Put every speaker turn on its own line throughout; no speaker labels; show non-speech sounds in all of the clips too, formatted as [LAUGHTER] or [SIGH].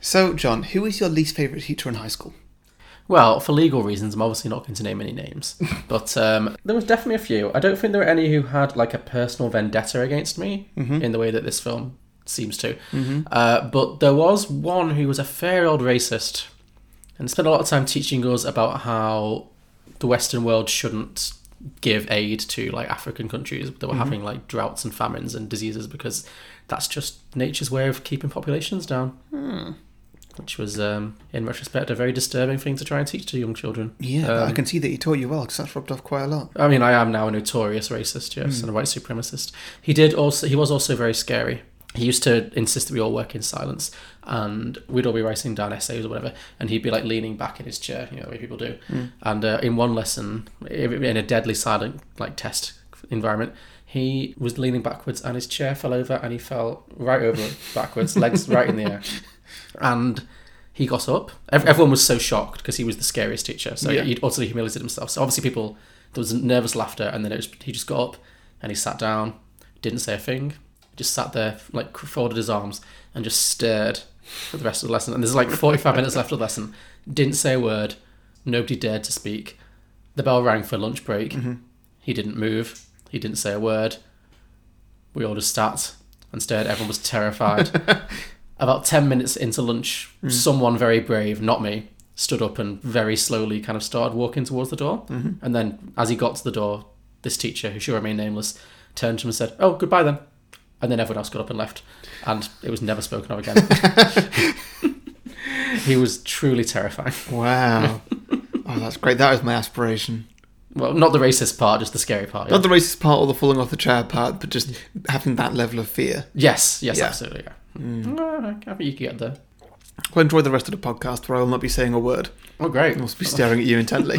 So, John, who is your least favourite teacher in high school?
Well, for legal reasons, I'm obviously not going to name any names, but um, there was definitely a few. I don't think there were any who had like a personal vendetta against me in the way that this film seems to. Uh, but there was one who was a fair old racist and spent a lot of time teaching us about how the Western world shouldn't give aid to like African countries that
Mm-hmm.
were having like droughts and famines and diseases because that's just nature's way of keeping populations down.
Hmm.
Which was, um, in retrospect, a very disturbing thing to try and teach to young children.
Yeah, but I can see that he taught you well because that's rubbed off quite a lot.
I mean, I am now a notorious racist, yes, and a white supremacist. He did also. He was also very scary. He used to insist that we all work in silence, and we'd all be writing down essays or whatever, and he'd be like leaning back in his chair, you know, the way people do. And uh, in one lesson, in a deadly silent like test environment, he was leaning backwards, and his chair fell over, and he fell right over [LAUGHS] backwards, legs right in the air, and he got up. Ev- Everyone was so shocked because he was the scariest teacher. So
Yeah.
he'd also humiliated himself. So obviously people there was nervous laughter, and then it was, he just got up and he sat down, didn't say a thing, just sat there like folded his arms and just stared for the rest of the lesson. And there's like 45 minutes left of the lesson. Didn't say a word. Nobody dared to speak. The bell rang for lunch break. He didn't move. He didn't say a word. We all just sat and stared. Everyone was terrified. About 10 minutes into lunch, someone very brave, not me, stood up and very slowly kind of started walking towards the door. Mm-hmm. And then, as he got to the door, this teacher, who should remain nameless, turned to him and said, Oh, goodbye then. And then everyone else got up and left. And it was never spoken of again. he was truly terrifying.
[LAUGHS] Wow. oh, that's great. That is my aspiration.
Well, not the racist part, just the scary part. yeah.
Not the racist part or the falling off the chair part, but just having that level of fear.
Yes, yes,
Yeah.
absolutely. Yeah. Mm. I think you could get there.
Well, enjoy the rest of the podcast where I will not be saying a word.
Oh, [LAUGHS] great.
I will [LAUGHS] be staring at you intently.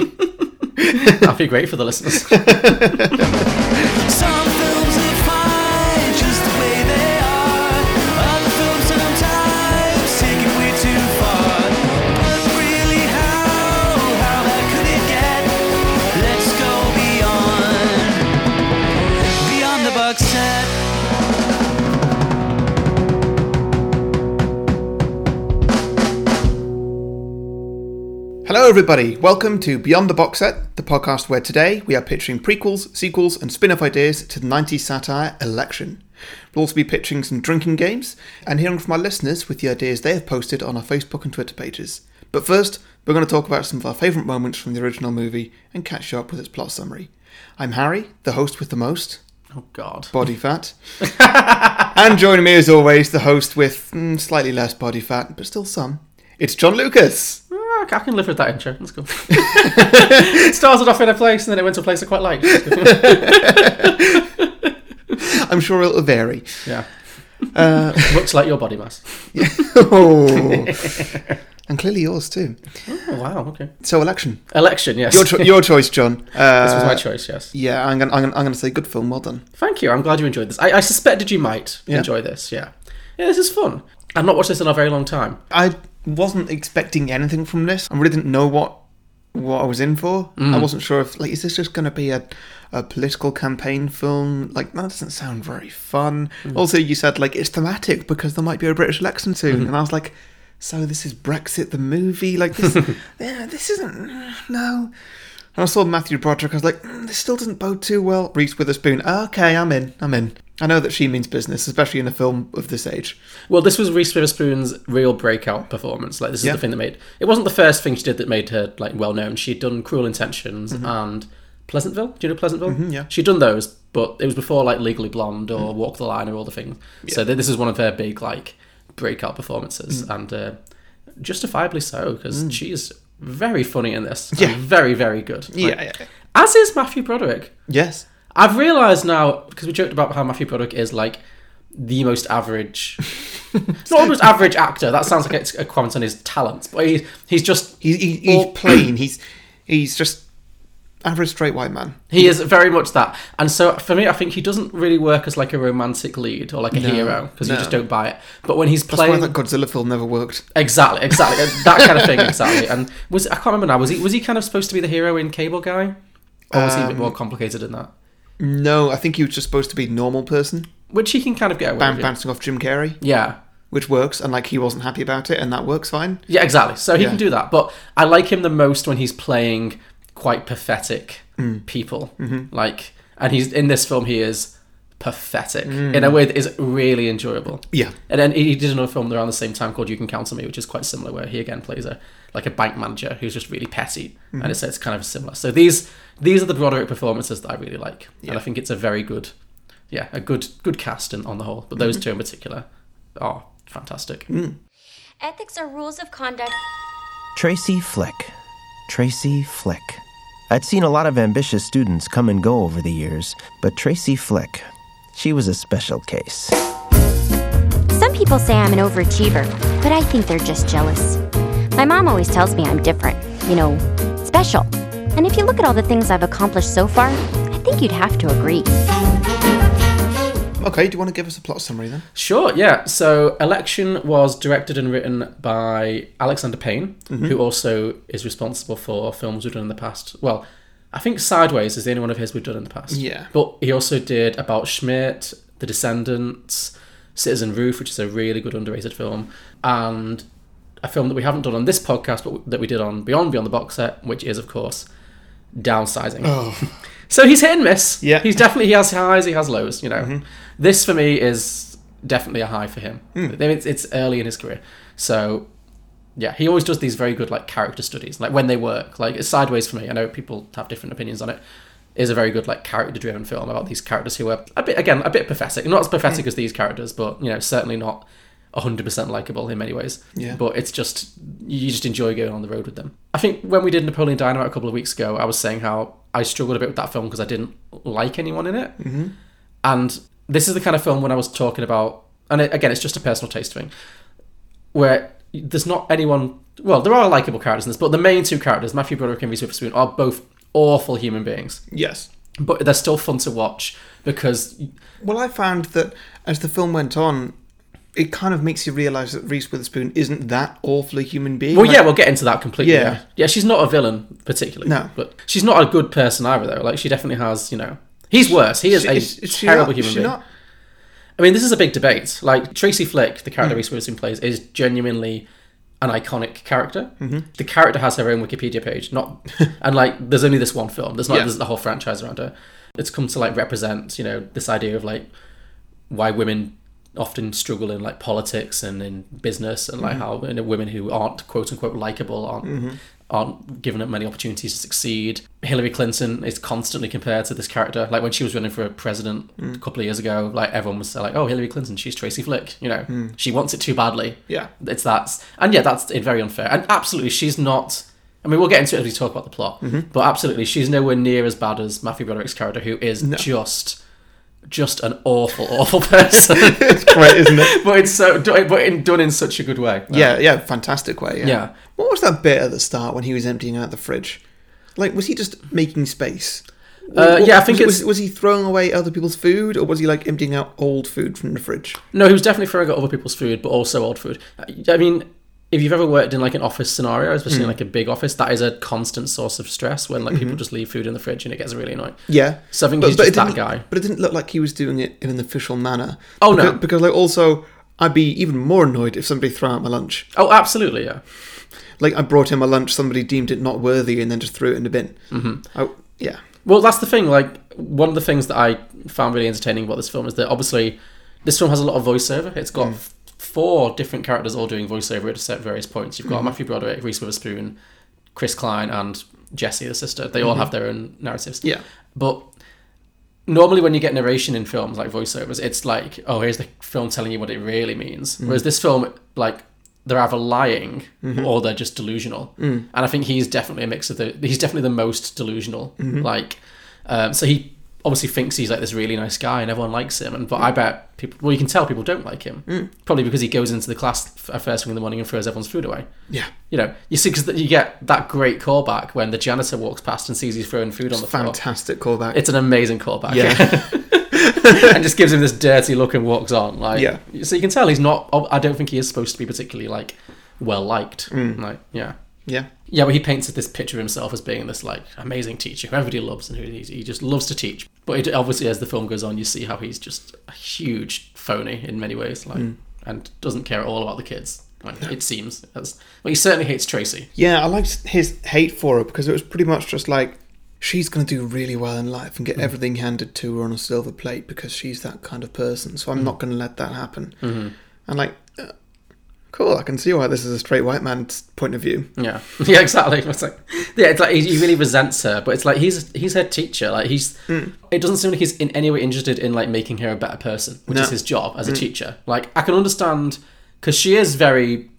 That'd be great for the listeners.
Some films are fine just the way they are. Other films sometimes take it way too far. But really, how how bad could it get? Let's go beyond beyond the box set.
Hello, everybody. Welcome to Beyond the Box Set, the podcast where today we are pitching prequels, sequels, and spin off ideas to the 90s satire Election. We'll also be pitching some drinking games and hearing from our listeners with the ideas they have posted on our Facebook and Twitter pages. But first, we're going to talk about some of our favourite moments from the original movie and catch you up with its plot summary. I'm Harry, the host with the most,
oh, God.
body fat. and joining me, as always, the host with mm, slightly less body fat, but still some. It's John Lucas.
Ah, I can live with that intro.
[LAUGHS]
That's cool. it started off in a place and then it went to a place I quite liked.
I'm sure it'll vary.
yeah.
Uh,
Looks like your body mass.
[LAUGHS] oh. and clearly yours too.
Oh, wow. Okay.
So election,
Election, yes.
your
[LAUGHS]
cho- your choice, John. Uh,
this was my choice, yes.
Yeah, I'm gonna, I'm gonna I'm gonna say good film. Well done.
Thank you. I'm glad you enjoyed this. I, I suspected you might
Yeah.
enjoy this. Yeah. Yeah, this is fun. I've not watched this in a very long time.
I wasn't expecting anything from this. I really didn't know what what I was in for. I wasn't sure if like is this just gonna be a a political campaign film? Like that doesn't sound very fun. Also, you said like it's thematic because there might be a British election soon, and I was like. So this is Brexit the movie, like [LAUGHS] this. yeah, this isn't. No, And I saw Matthew Broderick. I was like, "Mm, this still doesn't bode too well. Reese Witherspoon. Okay, I'm in. I'm in. I know that she means business, especially in a film of this age.
Well, this was Reese Witherspoon's real breakout performance. Like this is
Yeah.
the thing that made it wasn't the first thing she did that made her like well known. She'd done Cruel Intentions and Pleasantville. Do you know Pleasantville?
Mm-hmm. yeah. Mm-hmm.
She'd done those, but it was before like Legally Blonde or Walk the Line or all the things. So th- this is one of her big like breakout performances,
Mm.
and uh, justifiably so because she is very funny in this. and
Yeah.
very very good. Like,
Yeah, yeah, yeah.
As is Matthew Broderick.
Yes.
I've realised now because we joked about how Matthew Broderick is like the most
[LAUGHS]
average, not the most average actor. That sounds like it's a comment on his talent, but he, he's just
He, he, he's
Or-
plain. He's he's just average straight white man.
he is very much that. And so for me, I think he doesn't really work as like a romantic lead or like a hero because
no.
you just don't buy it. But when he's
That's why
playing
that Godzilla film never worked.
exactly, exactly that
[LAUGHS]
kind of thing, exactly. And was I can't remember now. Was he was he kind of supposed to be the hero in Cable Guy, or was he a bit
Um,
more complicated than that?
No, I think he was just supposed to be normal person,
Which he can kind of get away
bam,
with.
bouncing off Jim Carrey,
Yeah.
which works, and like he wasn't happy about it, and that works fine.
Yeah, exactly. So he
Yeah.
can do that. But I like him the most when he's playing quite pathetic people. Like, and he's in this film, he is pathetic in a way that is really enjoyable.
Yeah.
And then he did another film around the same time called You Can Count on Me, which is quite similar, where he again plays a like a bank manager who's just really petty, and it's, it's kind of similar. So these these are the Broderick performances that I really like, and I think it's a very good, yeah, a good good cast in, on the whole. But those two in particular are fantastic.
Ethics are rules of conduct.
Tracy Flick. Tracy Flick. I'd seen a lot of ambitious students come and go over the years, but Tracy Flick, she was a special case.
Some people say I'm an overachiever, but I think they're just jealous. My mom always tells me I'm different, you know, special. And if you look at all the things I've accomplished so far, I think you'd have to agree.
Okay, do you want to give us a plot summary then?
Sure, yeah. So Election was directed and written by Alexander Payne, who also is responsible for films we've done in the past. Well, I think Sideways is the only one of his we've done in the past.
Yeah.
But he also did About Schmidt, The Descendants, Citizen Roof, which is a really good underrated film, and a film that we haven't done on this podcast, but that we did on Beyond Beyond the Box Set, which is, of course, Downsizing. So he's hit and miss.
Yeah.
He's definitely he has highs, he has lows. You know, this for me is definitely a high for him. I mean, It's, it's early in his career, so yeah, he always does these very good like character studies, like when they work. Like it's sideways for me. I know people have different opinions on it. Is a very good like character-driven film about these characters who are a bit again a bit pathetic, not as pathetic as these characters, but you know certainly not hundred percent likable in many ways.
Yeah.
But it's just you just enjoy going on the road with them. I think when we did Napoleon Dynamite a couple of weeks ago, I was saying how I struggled a bit with that film because I didn't like anyone in it. And this is the kind of film when I was talking about, and it, again, it's just a personal taste thing, where there's not anyone. Well, there are likable characters in this, but the main two characters, Matthew Broderick and Reese Witherspoon, are both awful human beings,
Yes.
but they're still fun to watch because
Well, I found that as the film went on, it kind of makes you realise that Reese Witherspoon isn't that awful a human being.
Well,
Like,
yeah, we'll get into that completely.
Yeah.
Yeah. yeah, she's not a villain particularly.
No.
but she's not a good person either, though. Like she definitely has, you know, he's worse. He is
she-
a
she
terrible
not-
human
she
being.
not-
I mean, this is a big debate. Like Tracy Flick, the character Reese Witherspoon plays, is genuinely an iconic character. The character has her own Wikipedia page, not and like there's only this one film. There's not
Yeah.
there's the whole franchise around her. It's come to like represent, you know, this idea of like why women often struggle in like politics and in business and like how you know, women who aren't quote unquote likable aren't aren't given up many opportunities to succeed. Hillary Clinton is constantly compared to this character. Like when she was running for president a couple of years ago, like everyone was like, "Oh, Hillary Clinton, she's Tracy Flick." You know, she wants it too badly.
Yeah.
it's that's and yeah, that's it, very unfair. And absolutely, she's not. I mean, we'll get into it as we talk about the plot, but absolutely, she's nowhere near as bad as Matthew Broderick's character, who is just, just an awful, awful person.
It's great, isn't it?
[LAUGHS] but it's so, but in, done in such a good way.
Yeah, yeah, fantastic way. Yeah.
Yeah.
What was that bit at the start when he was emptying out the fridge? Like, was he just making space?
Uh,
What-
yeah, I think
was,
it's-
was, was he throwing away other people's food, or was he like emptying out old food from the fridge?
No, he was definitely throwing out other people's food, but also old food. I mean, if you've ever worked in like an office scenario, especially in like a big office, that is a constant source of stress when like people just leave food in the fridge and it gets really annoying.
Yeah,
So I think he's
it
just that
didn't-
guy.
But it didn't look like he was doing it in an official manner.
Oh, no.
because, because like also, I'd be even more annoyed if somebody threw out my lunch.
Oh, absolutely, yeah.
Like I brought in my lunch, somebody deemed it not worthy, and then just threw it in the bin. Mm-hmm. Oh, yeah,
Well, that's the thing. Like one of the things that I found really entertaining about this film is that obviously this film has a lot of voiceover. It's got f- four different characters all doing voiceover at set various points. You've got Matthew Broderick, Reese Witherspoon, Chris Klein, and Jessie, the sister. They all have their own narratives.
Yeah.
But normally when you get narration in films like voiceovers, it's like, oh, here's the film telling you what it really means. Whereas this film, like, they're either lying or they're just delusional. And I think he's definitely a mix of the. He's definitely the most delusional. Like, um, so he obviously thinks he's like this really nice guy and everyone likes him. And but I bet people. Well, you can tell people don't like him. Probably because he goes into the class f- at first thing in the morning and throws everyone's food away.
yeah.
You know, you see, because you get that great callback when the janitor walks past and sees he's throwing food on the floor.
Fantastic callback.
It's an amazing callback.
yeah,
[LAUGHS] and just gives him this dirty look and walks on. Like,
Yeah.
So you can tell he's not. I don't think he is supposed to be particularly like well liked.
Mm.
Like, yeah,
yeah.
yeah. But he paints this picture of himself as being this like amazing teacher who everybody loves and who he, he just loves to teach.
Mm.
But it, obviously, as the film goes on, you see how he's just a huge phony in many ways. Like, and doesn't care at all about the kids. Like, It seems. That's, well, he certainly hates Tracy.
Yeah, I liked his hate for her because it was pretty much just like she's going to do really well in life and get everything handed to her on a silver plate because she's that kind of person. So I'm not going to let that happen. And like, uh, cool, I can see why this is a straight white man's point of view.
Yeah, [LAUGHS] yeah, exactly. It's like, yeah, it's like he, he really resents her, but it's like he's he's her teacher. Like he's,
Hmm.
it doesn't seem like he's in any way interested in like making her a better person, which is
No. Hmm.
his job as a teacher. Like I can understand because she is very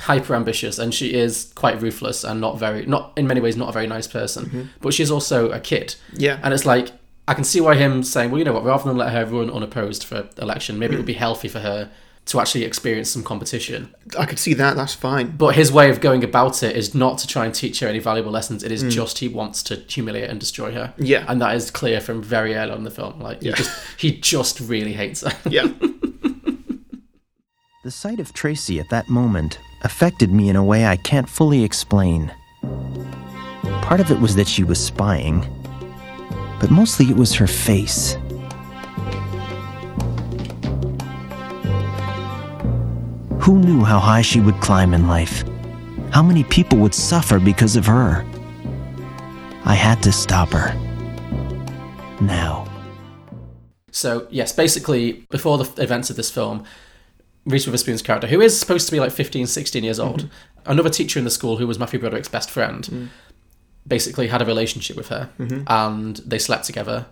hyper ambitious and she is quite ruthless and not very not in many ways not a very nice person, but she's also a kid.
Mm-hmm. Yeah.
and it's like. I can see why him saying, well, you know what, rather than let her run unopposed for election, maybe it would
Hmm.
be healthy for her to actually experience some competition.
I could see that, that's fine.
But his way of going about it is not to try and teach her any valuable lessons. It is just he wants to humiliate and destroy her.
Yeah.
and that is clear from very early on in the film. Like, he just he just really hates her. [LAUGHS]
Yeah.
The sight of Tracy at that moment affected me in a way I can't fully explain. Part of it was that she was spying, but mostly it was her face. Who knew how high she would climb in life? How many people would suffer because of her? I had to stop her. Now.
So yes, basically before the events of this film, Reese Witherspoon's character, who is supposed to be like 15, 16 years old, another teacher in the school who was Matthew Broderick's best friend, basically had a relationship with her, and they slept together.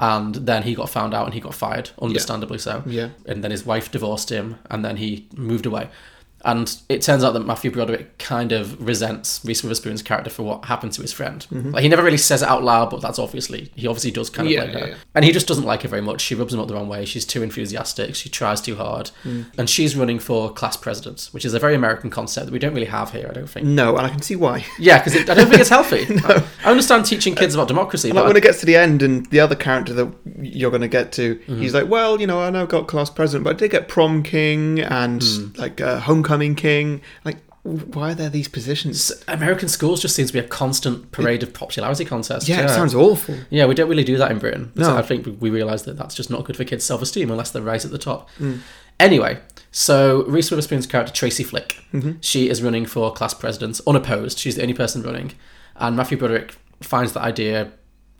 And then he got found out and he got fired, understandably so.
Yeah.
And then his wife divorced him, and then he moved away. And it turns out that Matthew Broderick kind of resents Reese Witherspoon's character for what happened to his friend. Like he never really says it out loud, but that's obviously he obviously does kind of
Yeah,
blame
yeah,
her.
yeah.
And he just doesn't like her very much. She rubs him up the wrong way. She's too enthusiastic. She tries too hard.
Mm.
And she's running for class president, which is a very American concept that we don't really have here, I don't
[LAUGHS]
think.
No, and I can see why.
Yeah, because I don't think
[LAUGHS]
it's healthy. I understand teaching kids about democracy,
Like
but
when it gets to the end, and the other character that you're going to get to, he's like, "Well, you know, I know I got class president, but I did get prom king and like uh, homecoming king. Like, w- why are there these positions?
American schools just seems to be a constant parade of popularity contests.
Yeah, it sounds awful.
Yeah, we don't really do that in Britain. So
No.
I think we- we realise that that's just not good for kids' self esteem unless they're right at the top. Anyway, so Reese Witherspoon's character, Tracy Flick, she is running for class president unopposed. She's the only person running. And Matthew Broderick finds that idea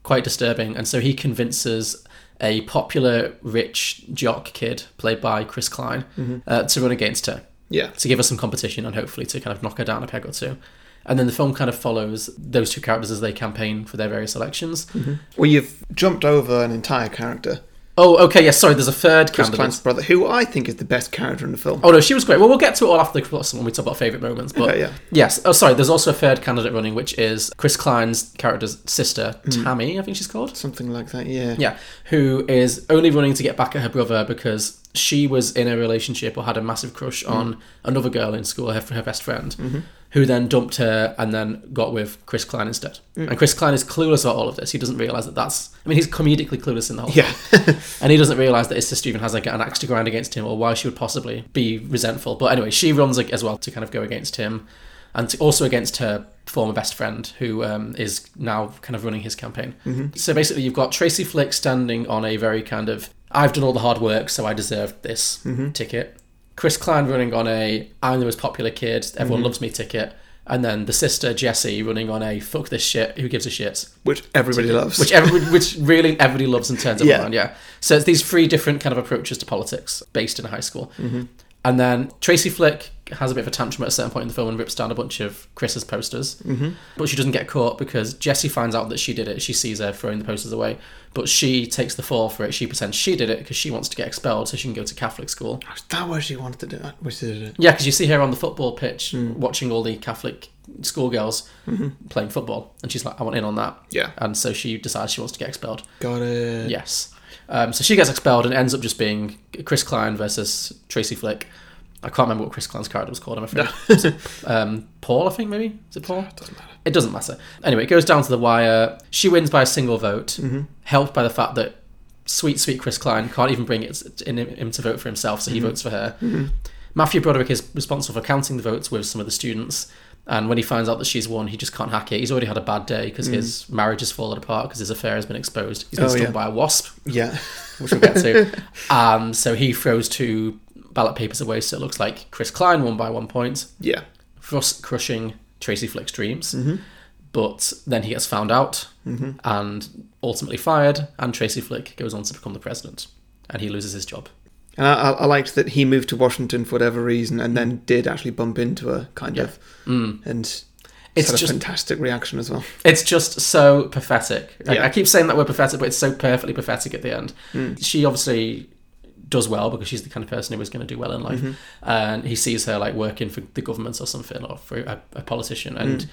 quite disturbing. And so he convinces a popular, rich jock kid, played by Chris Klein, uh, to run against her
Yeah,
to give us some competition and hopefully to kind of knock her down a peg or two. And then the film kind of follows those two characters as they campaign for their various elections.
well, you've jumped over an entire character,
Oh, okay, yes, sorry, there's a third
Chris
candidate.
Klein's brother, who I think is the best character in the film.
Oh no, she was great. Well, we'll get to it all after the plot when we talk about favorite moments. But
Okay, yeah.
yes, oh sorry, there's also a third candidate running, which is Chris Klein's character's sister,
Mm-hmm.
Tammy, I think she's called.
Something like that. Yeah.
Yeah, who is only running to get back at her brother because she was in a relationship or had a massive crush on another girl in school, her, her best friend, who then dumped her and then got with Chris Klein instead. And Chris Klein is clueless about all of this. He doesn't realize that that's. I mean, he's comedically clueless in the whole.
Yeah.
[LAUGHS] and he doesn't realize that his sister even has like an axe to grind against him, or why she would possibly be resentful. But anyway, she runs like, as well to kind of go against him, and to, also against her former best friend, who um, is now kind of running his campaign. So basically, you've got Tracy Flick standing on a very kind of "I've done all the hard work, so I deserve this" ticket. Chris Klein running on a "I'm the most popular kid, everyone loves me" ticket. And then the sister Jessie running on a "fuck this shit, who gives a shit"
Which everybody loves.
which everybody, which really everybody loves and turns up
Yeah.
around. Yeah. So it's these three different kind of approaches to politics based in high school.
Mm-hmm.
And then Tracy Flick has a bit of a tantrum at a certain point in the film and rips down a bunch of Chris's posters, mm-hmm. but she doesn't get caught because Jesse finds out that she did it. She sees her throwing the posters away, but she takes the fall for it. She pretends she did it because she wants to get expelled so she can go to Catholic school.
Is that where she wanted to do that? Which is it?
Yeah, because you see her on the football pitch
Mm.
watching all the Catholic schoolgirls playing football, and she's like, "I want in on that."
Mm-hmm. Yeah.
and so she decides she wants to get expelled.
Got it.
Yes. Um, so she gets expelled and ends up just being Chris Klein versus Tracy Flick. I can't remember what Chris Klein's character was called, I'm [LAUGHS] afraid. Was it, um, Paul, I think, maybe? Is it Paul? It doesn't matter. It doesn't matter. Anyway, it goes down to the wire. She wins by a single vote, helped by the fact that sweet, sweet Chris Klein can't even bring it in him to vote for himself, so he votes for her. Matthew Broderick is responsible for counting the votes with some of the students. And when he finds out that she's won, he just can't hack it. He's already had a bad day because his marriage has fallen apart because his affair has been exposed. He's been
Oh,
stung
yeah.
by a wasp,
Yeah.
which we'll get to. um, so he throws two ballot papers away, so it looks like Chris Klein won by one point,
Yeah.
thus crushing Tracy Flick's dreams. But then he gets found out and ultimately fired, and Tracy Flick goes on to become the president, and he loses his job.
And I, I I liked that he moved to Washington for whatever reason and then did actually bump into her, kind of. Mm. And
It's
it's had
just-
a fantastic reaction as well.
It's just so pathetic. Like,
Yeah. Hmm.
I keep saying that word pathetic, but it's so perfectly pathetic at the end. She obviously does well because she's the kind of person who is going to do well in life.
Mm-hmm.
And he sees her like working for the government or something or for a, a politician. And
Hmm.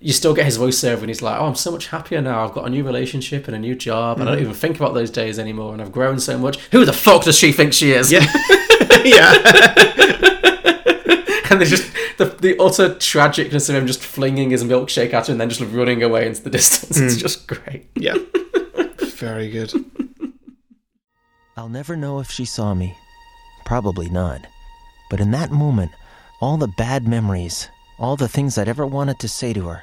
you still get his voice over and he's like, oh, I'm so much happier now. I've got a new relationship and a new job. And I
Mm-hmm.
don't even think about those days anymore. And I've grown so much. Who the fuck does she think she is?
Yeah. [LAUGHS] yeah.
[LAUGHS] and there's just the, the utter tragicness of him just flinging his milkshake at her and then just running away into the [LAUGHS] distance.
Hmm.
It's just great.
[LAUGHS] Yeah. Very good.
I'll never know if she saw me. Probably not. But in that moment, all the bad memories, all the things I'd ever wanted to say to her,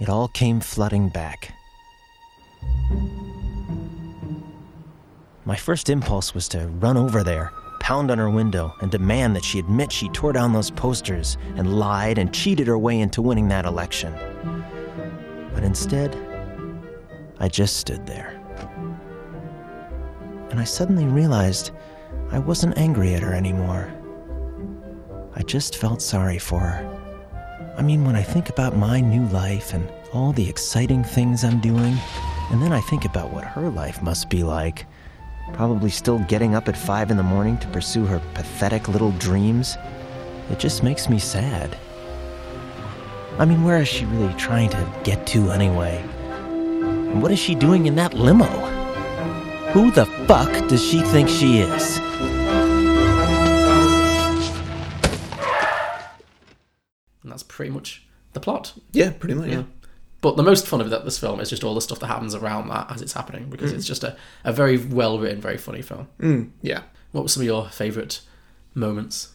it all came flooding back. My first impulse was to run over there, pound on her window, and demand that she admit she tore down those posters and lied and cheated her way into winning that election. But instead, I just stood there and I suddenly realized I wasn't angry at her anymore. I just felt sorry for her. I mean, when I think about my new life and all the exciting things I'm doing, and then I think about what her life must be like, probably still getting up at five in the morning to pursue her pathetic little dreams, it just makes me sad. I mean, where is she really trying to get to anyway? And what is she doing in that limo? Who the fuck does she think she is?
And that's pretty much the plot.
Yeah, pretty much. Yeah.
But the most fun of that this film is just all the stuff that happens around that as it's happening because it's just a, a very well written, very funny film.
Mm, yeah.
What were some of your favourite moments?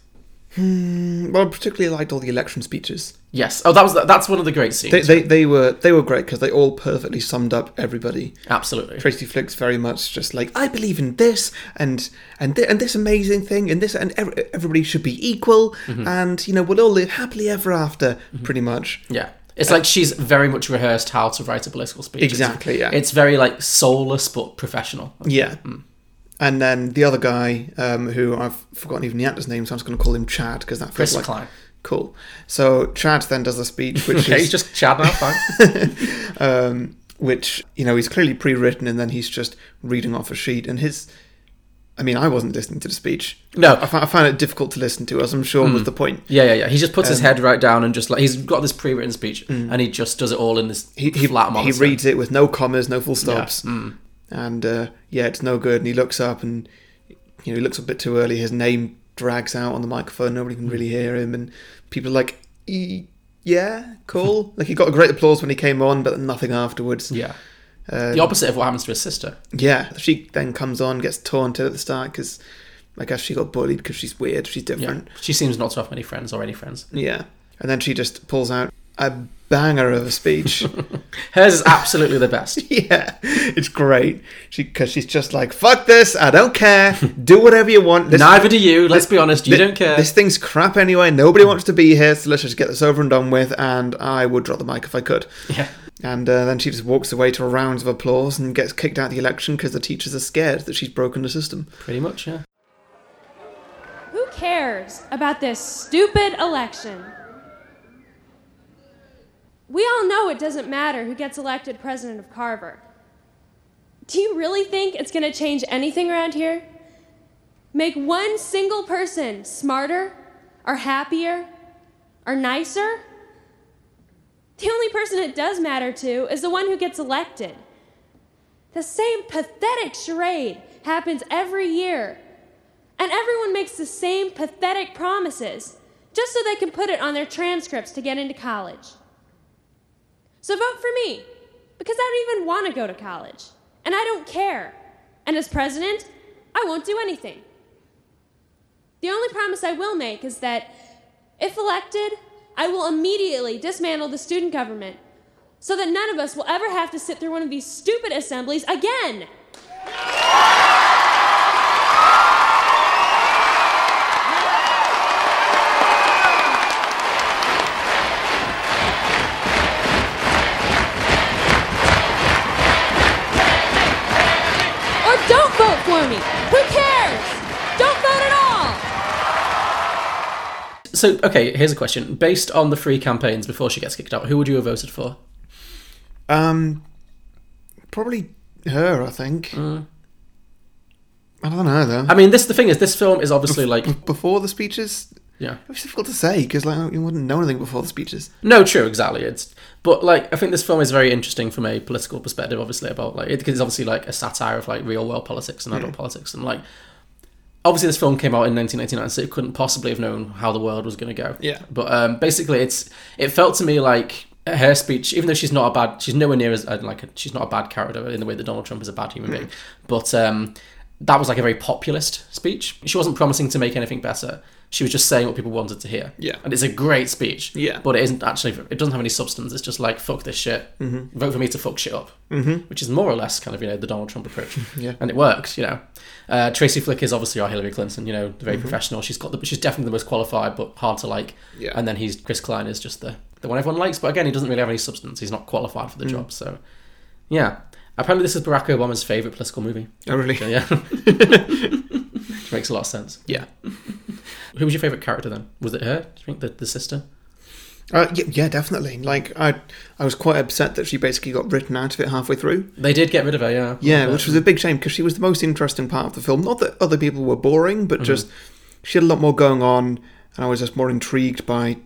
Well, I particularly liked all the election speeches.
Yes. Oh, that was that's one of the great scenes.
They, they, they were they were great because they all perfectly summed up everybody.
Absolutely.
Tracy Flick's very much just like I believe in this and and th- and this amazing thing and this and ev- everybody should be equal
Mm-hmm.
and you know we'll all live happily ever after pretty much.
Yeah. It's like she's very much rehearsed how to write a political speech. It's-
Exactly, yeah.
It's very like soulless but professional.
Yeah.
Mm.
And then the other guy, um, who I've forgotten even the actor's name, so I'm just going to call him Chad because that feels
Chris
like
Klein.
cool. So Chad then does the
[LAUGHS]
speech, which
Okay, he's
is
just Chad now, fine.
um, which you know he's clearly pre-written, and then he's just reading off a sheet. And his, I mean, I wasn't listening to the speech.
[LAUGHS] No.
I, fi- I found it difficult to listen to, as I'm
Mm.
sure was the point.
yeah, yeah, yeah. He just puts
Um,
his head right down and just like he's got this pre written speech and he just does it all in this
Mm. He he,
flat
he
monotone.
reads it with no commas, no full stops,
mm.
and uh, yeah, it's no good. And he looks up, and you know he looks a bit too early. His name drags out on the microphone. Nobody
Mm.
can really hear him, and people are like, "E- "Yeah,
[LAUGHS]
cool." like he got a great applause when he came on, but nothing afterwards.
Yeah. the opposite of what happens to his sister.
Yeah, she then comes on, gets taunted at the start because I guess she got bullied because she's weird, she's
Yeah.
different.
She seems not to have many friends or any friends.
Yeah. And then she just pulls out a banger of a
[LAUGHS]
speech.
Hers is absolutely the best.
[LAUGHS] yeah, it's great. She Because she's just like, fuck this, I don't care, do whatever you want. This,
Neither do you. Let's be honest. You
thi-
don't care.
This thing's crap anyway, nobody wants to be here, so let's just get this over and done with. And I would drop the mic if I could.
yeah.
And uh, then she just walks away to rounds of applause and gets kicked out of the election because the teachers are scared that she's broken the system.
Pretty much. Yeah.
Who cares about this stupid election? We all know it doesn't matter who gets elected president of Carver. Do you really think it's going to change anything around here? Make one single person smarter, or happier, or nicer? The only person it does matter to is the one who gets elected. The same pathetic charade happens every year and everyone makes the same pathetic promises just so they can put it on their transcripts to get into college. So vote for me because I don't even want to go to college and I don't care. And as president, I won't do anything. The only promise I will make is that if elected, I will immediately dismantle the student government so that none of us will ever have to sit through one of these stupid assemblies again.
Now
me. Who cares? Don't vote at all.
So, okay, here's a question. Based on the three campaigns before she gets kicked out, who would you have voted for?
Um, probably her, I think.
Mm.
I don't know though.
I mean, this the thing is, this film is obviously like,
before the speeches,
yeah,
it's difficult to say because like you wouldn't know anything before the speeches.
no, true, exactly. It's but like I think this film is very interesting from a political perspective, obviously about like because it's obviously like a satire of like real world politics and
Hmm.
adult politics and like obviously this film came out in 1999, so it couldn't possibly have known how the world was going to go.
Yeah.
but um, basically, it's it felt to me like her speech, even though she's not a bad, she's nowhere near as uh, like a, she's not a bad character in the way that Donald Trump is a bad
Hmm.
human being, but um, that was like a very populist speech. She wasn't promising to make anything better. She was just saying what people wanted to hear.
Yeah.
and it's a great speech.
Yeah.
but it isn't actually. It doesn't have any substance. It's just like fuck this shit.
Mm-hmm.
Vote for me to fuck shit up, mm-hmm. which is more or less kind of you know the Donald Trump approach.
[LAUGHS] Yeah.
and it worked. You know, uh, Tracy Flick is obviously our Hillary Clinton. You know,
Mm-hmm.
very professional. She's got the. She's definitely the most qualified, but hard to like.
Yeah.
And then he's Chris Klein is just the the one everyone likes, but again, he doesn't really have any substance. He's not qualified for
Mm.
the job. So, yeah. Apparently, this is Barack Obama's favorite political movie.
[LAUGHS] Oh really?
So, yeah. Which makes a lot of sense.
Yeah.
Who was your favourite character then? Was it her? Do you think the, the sister?
Uh, yeah, yeah, definitely. Like I, I was quite upset that she basically got written out of it halfway through.
They did get rid of her, yeah.
Yeah, which was a big shame because she was the most interesting part of the film. Not that other people were boring, but just she had a lot more going on, and I was just more intrigued by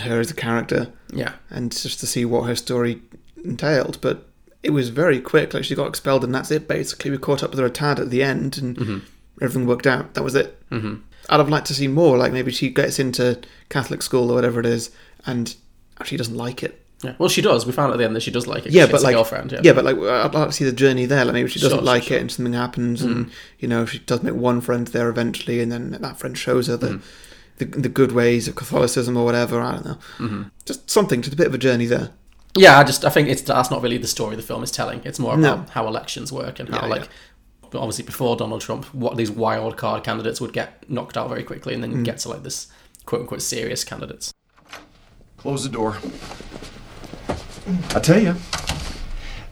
her as a character
Yeah.
and just to see what her story entailed. But it was very quick. Like she got expelled, and that's it. Basically, we caught up with her a tad at the end, and everything worked out. That was it. Mm-hmm. I'd have liked to see more. Like maybe she gets into Catholic school or whatever it is, and actually doesn't like it.
Yeah. Well, she does. We found out at the end that she does like it.
Yeah,
She
but
has a
like,
girlfriend. Yeah.
but like, I'd like to see the journey there. Like, maybe she doesn't
Sure,
like
sure,
it, and something happens, and you know, she does make one friend there eventually, and then that friend shows her the the, the good ways of Catholicism or whatever. I don't know, just something, just a bit of a journey there.
Yeah, I just I think it's that's not really the story the film is telling. It's more about
No.
how elections work and how
Yeah,
like obviously before Donald Trump, what these wild card candidates would get knocked out very quickly, and then
Mm.
you get to like this quote unquote serious candidates.
Close the door. I tell you,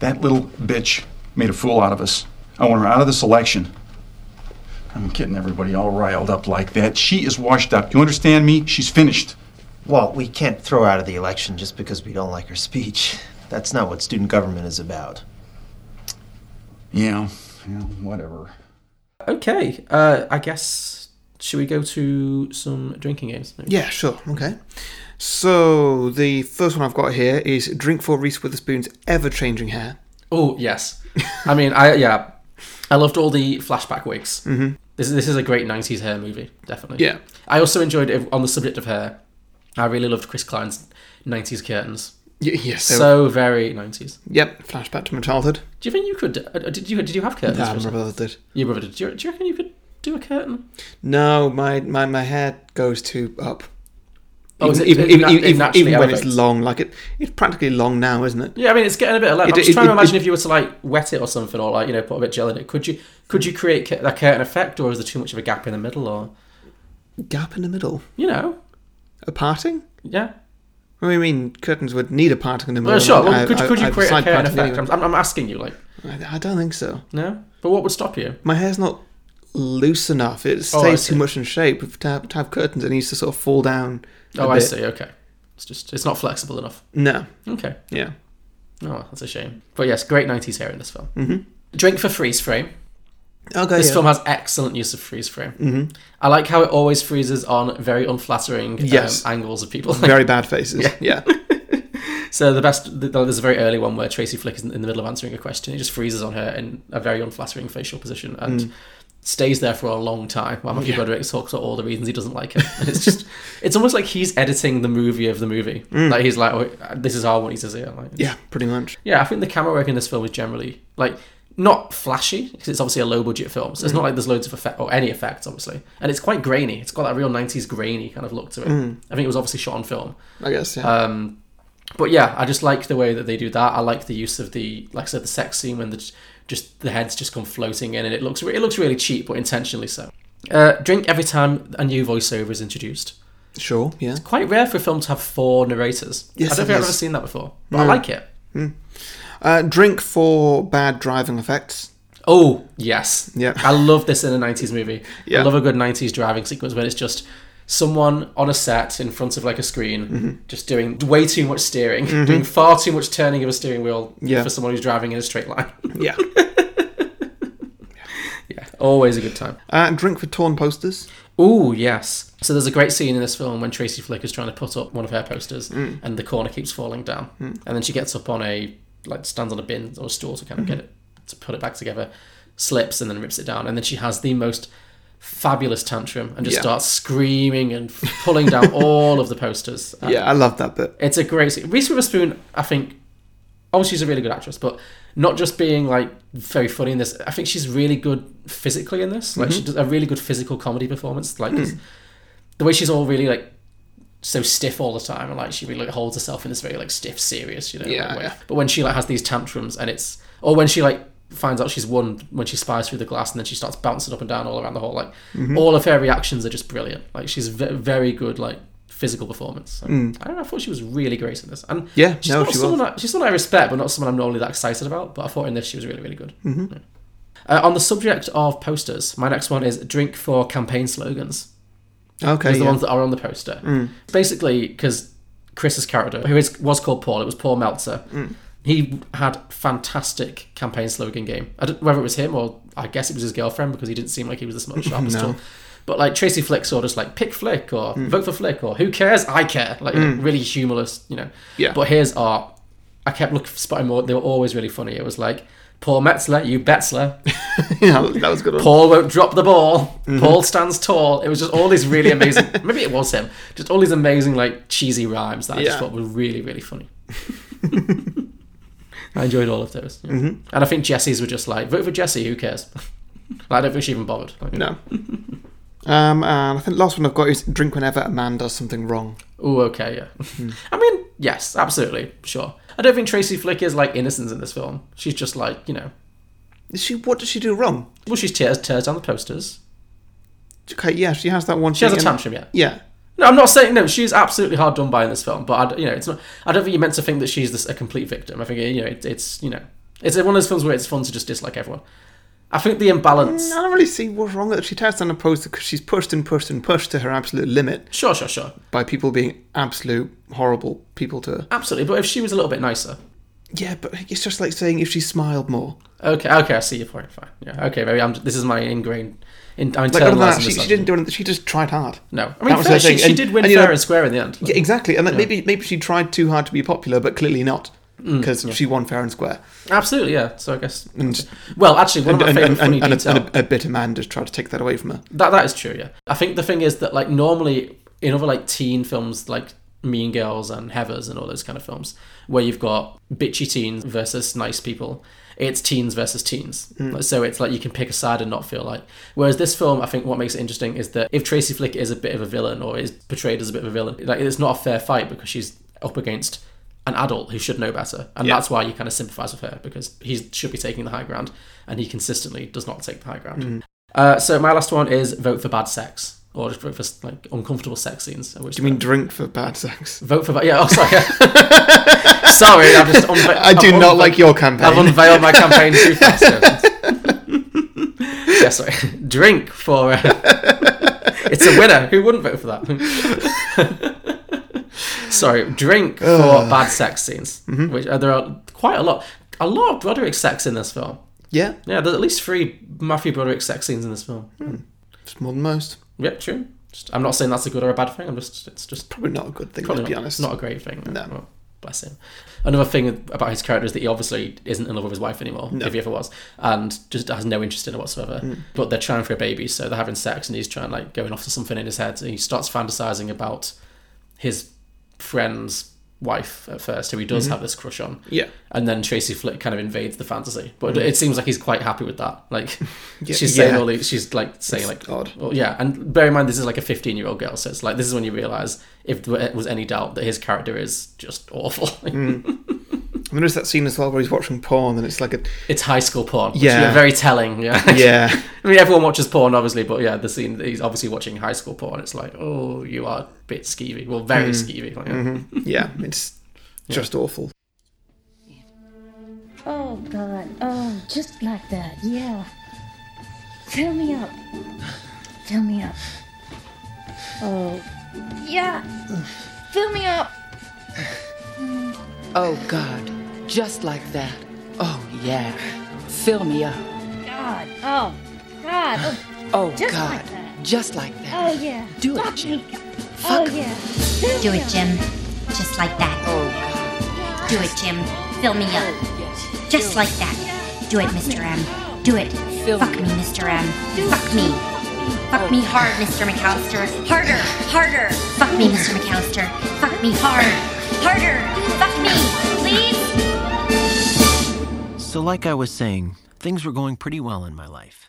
that little bitch made a fool out of us. I want her out of this election. I'm getting everybody all riled up like that. She is washed up. You understand me? She's finished.
Well, we can't throw her out of the election just because we don't like her speech. That's not what student government is about.
Yeah, yeah, whatever.
Okay, uh, I guess should we go to some drinking games? Maybe?
Yeah, sure. Okay. So the first one I've got here is drink for Reese Witherspoon's ever-changing hair.
Oh yes, I mean I yeah, I loved all the flashback wigs. Mm-hmm. This is this is a great '90s hair movie, definitely.
Yeah.
I also enjoyed it on the subject of hair. I really loved Chris Klein's '90s curtains.
Y- yes. So,
So very '90s.
yep. Flashback to my childhood.
Do you think you could? Uh, did you did you have curtains?
Ah, my brother did.
Your brother did. Do you, do you reckon you could do a curtain?
No, my, my my hair goes to up.
Oh, is
even even,
it- it
even,
na- it
even,
naturally
even when it's
elevates?
long, like it, it's practically long now, isn't it?
Yeah, I mean it's getting a bit of length.
It-
I'm just
it-
trying to
it-
imagine
it-
if you were to like wet it or something, or like you know put a bit of gel in it. Could you could you create cu- a curtain effect, or is there too much of a gap in the middle, or
Gap in the middle,
you know,
a parting.
yeah?
What do you mean curtains would need a parting in the middle?
Well, sure.
and
Well,
I-
could,
I-
could you
I've
create a
side
curtain
parted
effect? I'm,
anyway.
I'm I'm asking you, like,
I, I don't think so.
no. But what would stop you?
My hair's not loose enough. It
Oh, I
stays too
see.
much in shape. To have, to have curtains, it needs to sort of fall down. a
Oh, I
bit.
see. Okay, it's just it's not flexible enough.
No.
Okay.
Yeah.
Oh, that's a shame. But yes, great '90s hair in this film. Mm-hmm. Drink for freeze frame.
Okay.
This
yeah.
[LAUGHS] film has excellent use of freeze frame. Mm-hmm. I like how it always freezes on very unflattering um,
Yes.
angles of people. [LAUGHS]
Very bad faces. Yeah.
so the best, th- there's a very early one where Tracy Flick is in in the middle of answering a question. It just freezes on her in a very unflattering facial position and
Mm.
stays there for a long time. While Matthew Broderick talks about all the reasons he doesn't like it, and
[LAUGHS]
it's just, it's almost like he's editing the movie of the movie. Like he's like, oh, this is how I want you to see it. Like, it's-
Mm. Yeah, pretty much.
yeah, I think the camera work in this film is generally like not flashy because it's obviously a low budget film, so it's
Mm.
not like there's loads of effect or any effects, obviously. And it's quite grainy. It's got that real '90s grainy kind of look to it.
Mm.
I think it was obviously shot on film,
I guess, yeah.
um, but yeah, I just like the way that they do that. I like the use of the, like I said, the sex scene when the just the heads just come floating in, and it looks re- it looks really cheap, but intentionally so. Uh, drink every time a new voiceover is introduced.
sure, yeah.
Quite rare for a film to have four narrators.
Yes,
I don't
it
think I've
is.
ever seen that before, but I like it.
Uh, drink for bad driving effects.
Oh yes,
Yeah.
I love this in a '90s movie.
Yeah.
I love a good '90s driving sequence where it's just someone on a set in front of like a screen,
Mm-hmm.
just doing way too much steering, doing far too much turning of a steering wheel
Yeah.
for someone who's driving in a straight line. [LAUGHS]
Yeah.
yeah, always a good time.
Uh, drink for torn posters.
Ooh, yes. So there's a great scene in this film when Tracy Flick is trying to put up one of her posters
Mm.
and the corner keeps falling down. And then she gets up on a, like, stands on a bin or a stool to kind of get it, to put it back together, slips and then rips it down. And then she has the most fabulous tantrum and just
Yeah.
starts screaming and pulling down [LAUGHS] all of the posters. Uh,
Yeah, I love that bit.
It's a great scene. Reese Witherspoon, I think, oh, she's a really good actress, but not just being like very funny in this. I think she's really good physically in this. Like she does a really good physical comedy performance. Like it's- the way she's all really like so stiff all the time, and like she really like, holds herself in this very like stiff, serious, you know.
Yeah,
way.
yeah.
But when she like has these tantrums, and it's or when she like finds out she's won when she spies through the glass and then she starts bouncing up and down all around the hall like
Mm-hmm.
all of her reactions are just brilliant like she's ve- very good like physical performance So, i don't know i thought she was really great in this and
Mm. Yeah,
she's
no,
not
she
someone
was.
I, she's someone i respect but not someone i'm normally that excited about but i thought in this she was really really good
Mm-hmm.
Yeah. uh, on the subject of posters my next one is drink for campaign slogans
Okay.
there's
yeah.
the
Mm.
ones that are on the poster. Basically, because Chris's character, who is was called Paul, it was Paul Meltzer.
Mm.
He had fantastic campaign slogan game. I don't, whether it was him or I guess it was his girlfriend because he didn't seem like he was
[LAUGHS]
the smartest sharpest tool. But like Tracy Flick sort of just like pick Flick or
Mm.
vote for Flick or who cares I care like really humorless you know.
Yeah.
But his art, I kept looking spotting more. They were always really funny. It was like Paul Metzler, you Betzler,
yeah, that was a good. One.
Paul won't drop the ball.
Mm-hmm.
Paul stands tall. It was just all these
[LAUGHS]
really amazing. maybe it was him. Just all these amazing, like cheesy rhymes that I
Yeah.
just thought were really,
[LAUGHS]
really funny. I enjoyed all of those. yeah.
Mm-hmm.
And I think Jesse's were just like vote for Jesse. Who cares? [LAUGHS] Like, I don't think she even bothered. Like,
No. Um, and I think the last one I've got is drink whenever a man does something wrong.
Oh, okay, yeah.
Mm.
I mean, yes, absolutely, sure. I don't think Tracy Flick is like innocent in this film. She's just like you know.
Is she? What does she do wrong?
Well, she tears tears down the posters.
Okay, yeah, she has that one.
She has a tantrum, yeah.
Yeah.
No, I'm not saying no. She's absolutely hard done by in this film, but I, you know, it's not. I don't think you're meant to think that she's this, a complete victim. I think you know, it, it's you know, it's one of those films where it's fun to just dislike everyone. I think the imbalance.
I don't really see what's wrong with it. She tears down a poster because she's pushed and pushed and pushed to her absolute limit
Sure, sure, sure,
by people being absolute horrible people to her.
absolutely. But if she was a little bit nicer,
Yeah, but it's just like saying if she smiled more.
okay, okay, I see your point. Fine, yeah, okay, maybe I'm. This is my ingrained. In, I'm
Like other than that,
internalising
she, she
misogyny.
didn't do anything. She just tried hard.
No, I
That
mean,
was
fair,
her
she,
thing.
she
And-
did win
and, you
fair
know-
and square in the end.
Yeah, exactly. And that maybe maybe she tried too hard to be popular, but clearly not
Mm,
because she won fair and square.
Absolutely, yeah. So I guess.
And
Well, actually, one
and,
of my
and,
favorite
and,
funny
and a,
detail.
and a- a bitter man just tried to take that away from her.
That that is true. Yeah, I think the thing is that like normally in other like teen films like Mean Girls and Heathers and all those kind of films where you've got bitchy teens versus nice people, it's teens versus teens. Like, So it's like you can pick a side and not feel like. Whereas this film, I think what makes it interesting is that if Tracy Flick is a bit of a villain or is portrayed as a bit of a villain, like it's not a fair fight because she's up against an adult who should know better, and that's why you kind of sympathise with her because he should be taking the high ground, and he consistently does not take the high ground. Uh, so my last one is vote for bad sex or just vote for like uncomfortable sex scenes. Which
Do you mean drink for bad sex?
vote for? ba- Yeah. Oh, sorry. [LAUGHS] sorry, I've just.
[LAUGHS]
Unve-
I do
I've
not
unve-
like your campaign.
I've unveiled my campaign
[LAUGHS]
too fast. yeah. yeah, sorry. Drink
[LAUGHS]
for. Uh, it's a winner. Who wouldn't vote for that? [LAUGHS] sorry, drink for bad sex scenes,
Mm-hmm.
which uh, there are quite a lot. A lot of Broderick sex in this film.
yeah,
Yeah, there's at least three Matthew Broderick sex scenes in this film.
it's more than most.
Yep, true. Just, I'm not saying that's a good or a bad thing. I'm just it's just probably,
Probably not a good thing. Let's
not,
be honest.
not a great thing.
No.
Well, bless him. Another thing about his character is that he obviously isn't in love with his wife anymore, if he ever was, and just has no interest in her whatsoever.
Mm.
But they're trying for a baby, so they're having sex, and he's trying like going off to something in his head. And he starts fantasizing about his friend's wife at first, who he does have this crush on.
Mm-hmm. Yeah. Mm-hmm.
And then Tracy Flick kind of invades the fantasy, but it seems like he's quite happy with that. Like she's
[LAUGHS]
saying
yeah.
all these, she's like saying like
odd.
well, yeah, and bear in mind this is like a 15 year old girl, so it's like this is when you realize if there was any doubt that his character is just awful.
Mm. I noticed that scene as well where he's watching porn and it's like a
[LAUGHS] it's high school porn. Which,
Yeah.
yeah, very telling. Yeah,
[LAUGHS] yeah,
I mean, everyone watches porn, obviously, but yeah, the scene that he's obviously watching high school porn. It's like, oh, you are a bit skeevy. Well, very
Mm. Mm-hmm.
skeevy. Like, yeah.
yeah. It's just awful.
Oh, God. Oh, just like that. Yeah. Fill me up. Fill me up. Oh. Yeah. Fill me up.
Oh, God. Just like that. Oh, yeah. Fill me up.
God. Oh. God. Oh,
Oh,
Just
God.
like that.
Just like that.
oh yeah.
Do it,
Fuck
Jim.
me. Oh yeah. Fill
Do
me
it,
up.
Jim. Just like that.
Oh, God. Oh,
Do it, Jim. Fill me up. Just like that. Do it, Mr. M. Do it.
Fill
Fuck
me
me, Mr. M. Fuck me. Fuck me hard, Mr. McAllister. Harder, harder. Fuck me, Mr. McAllister. Fuck me hard. Harder. Fuck me, please.
So, like I was saying, things were going pretty well in my life.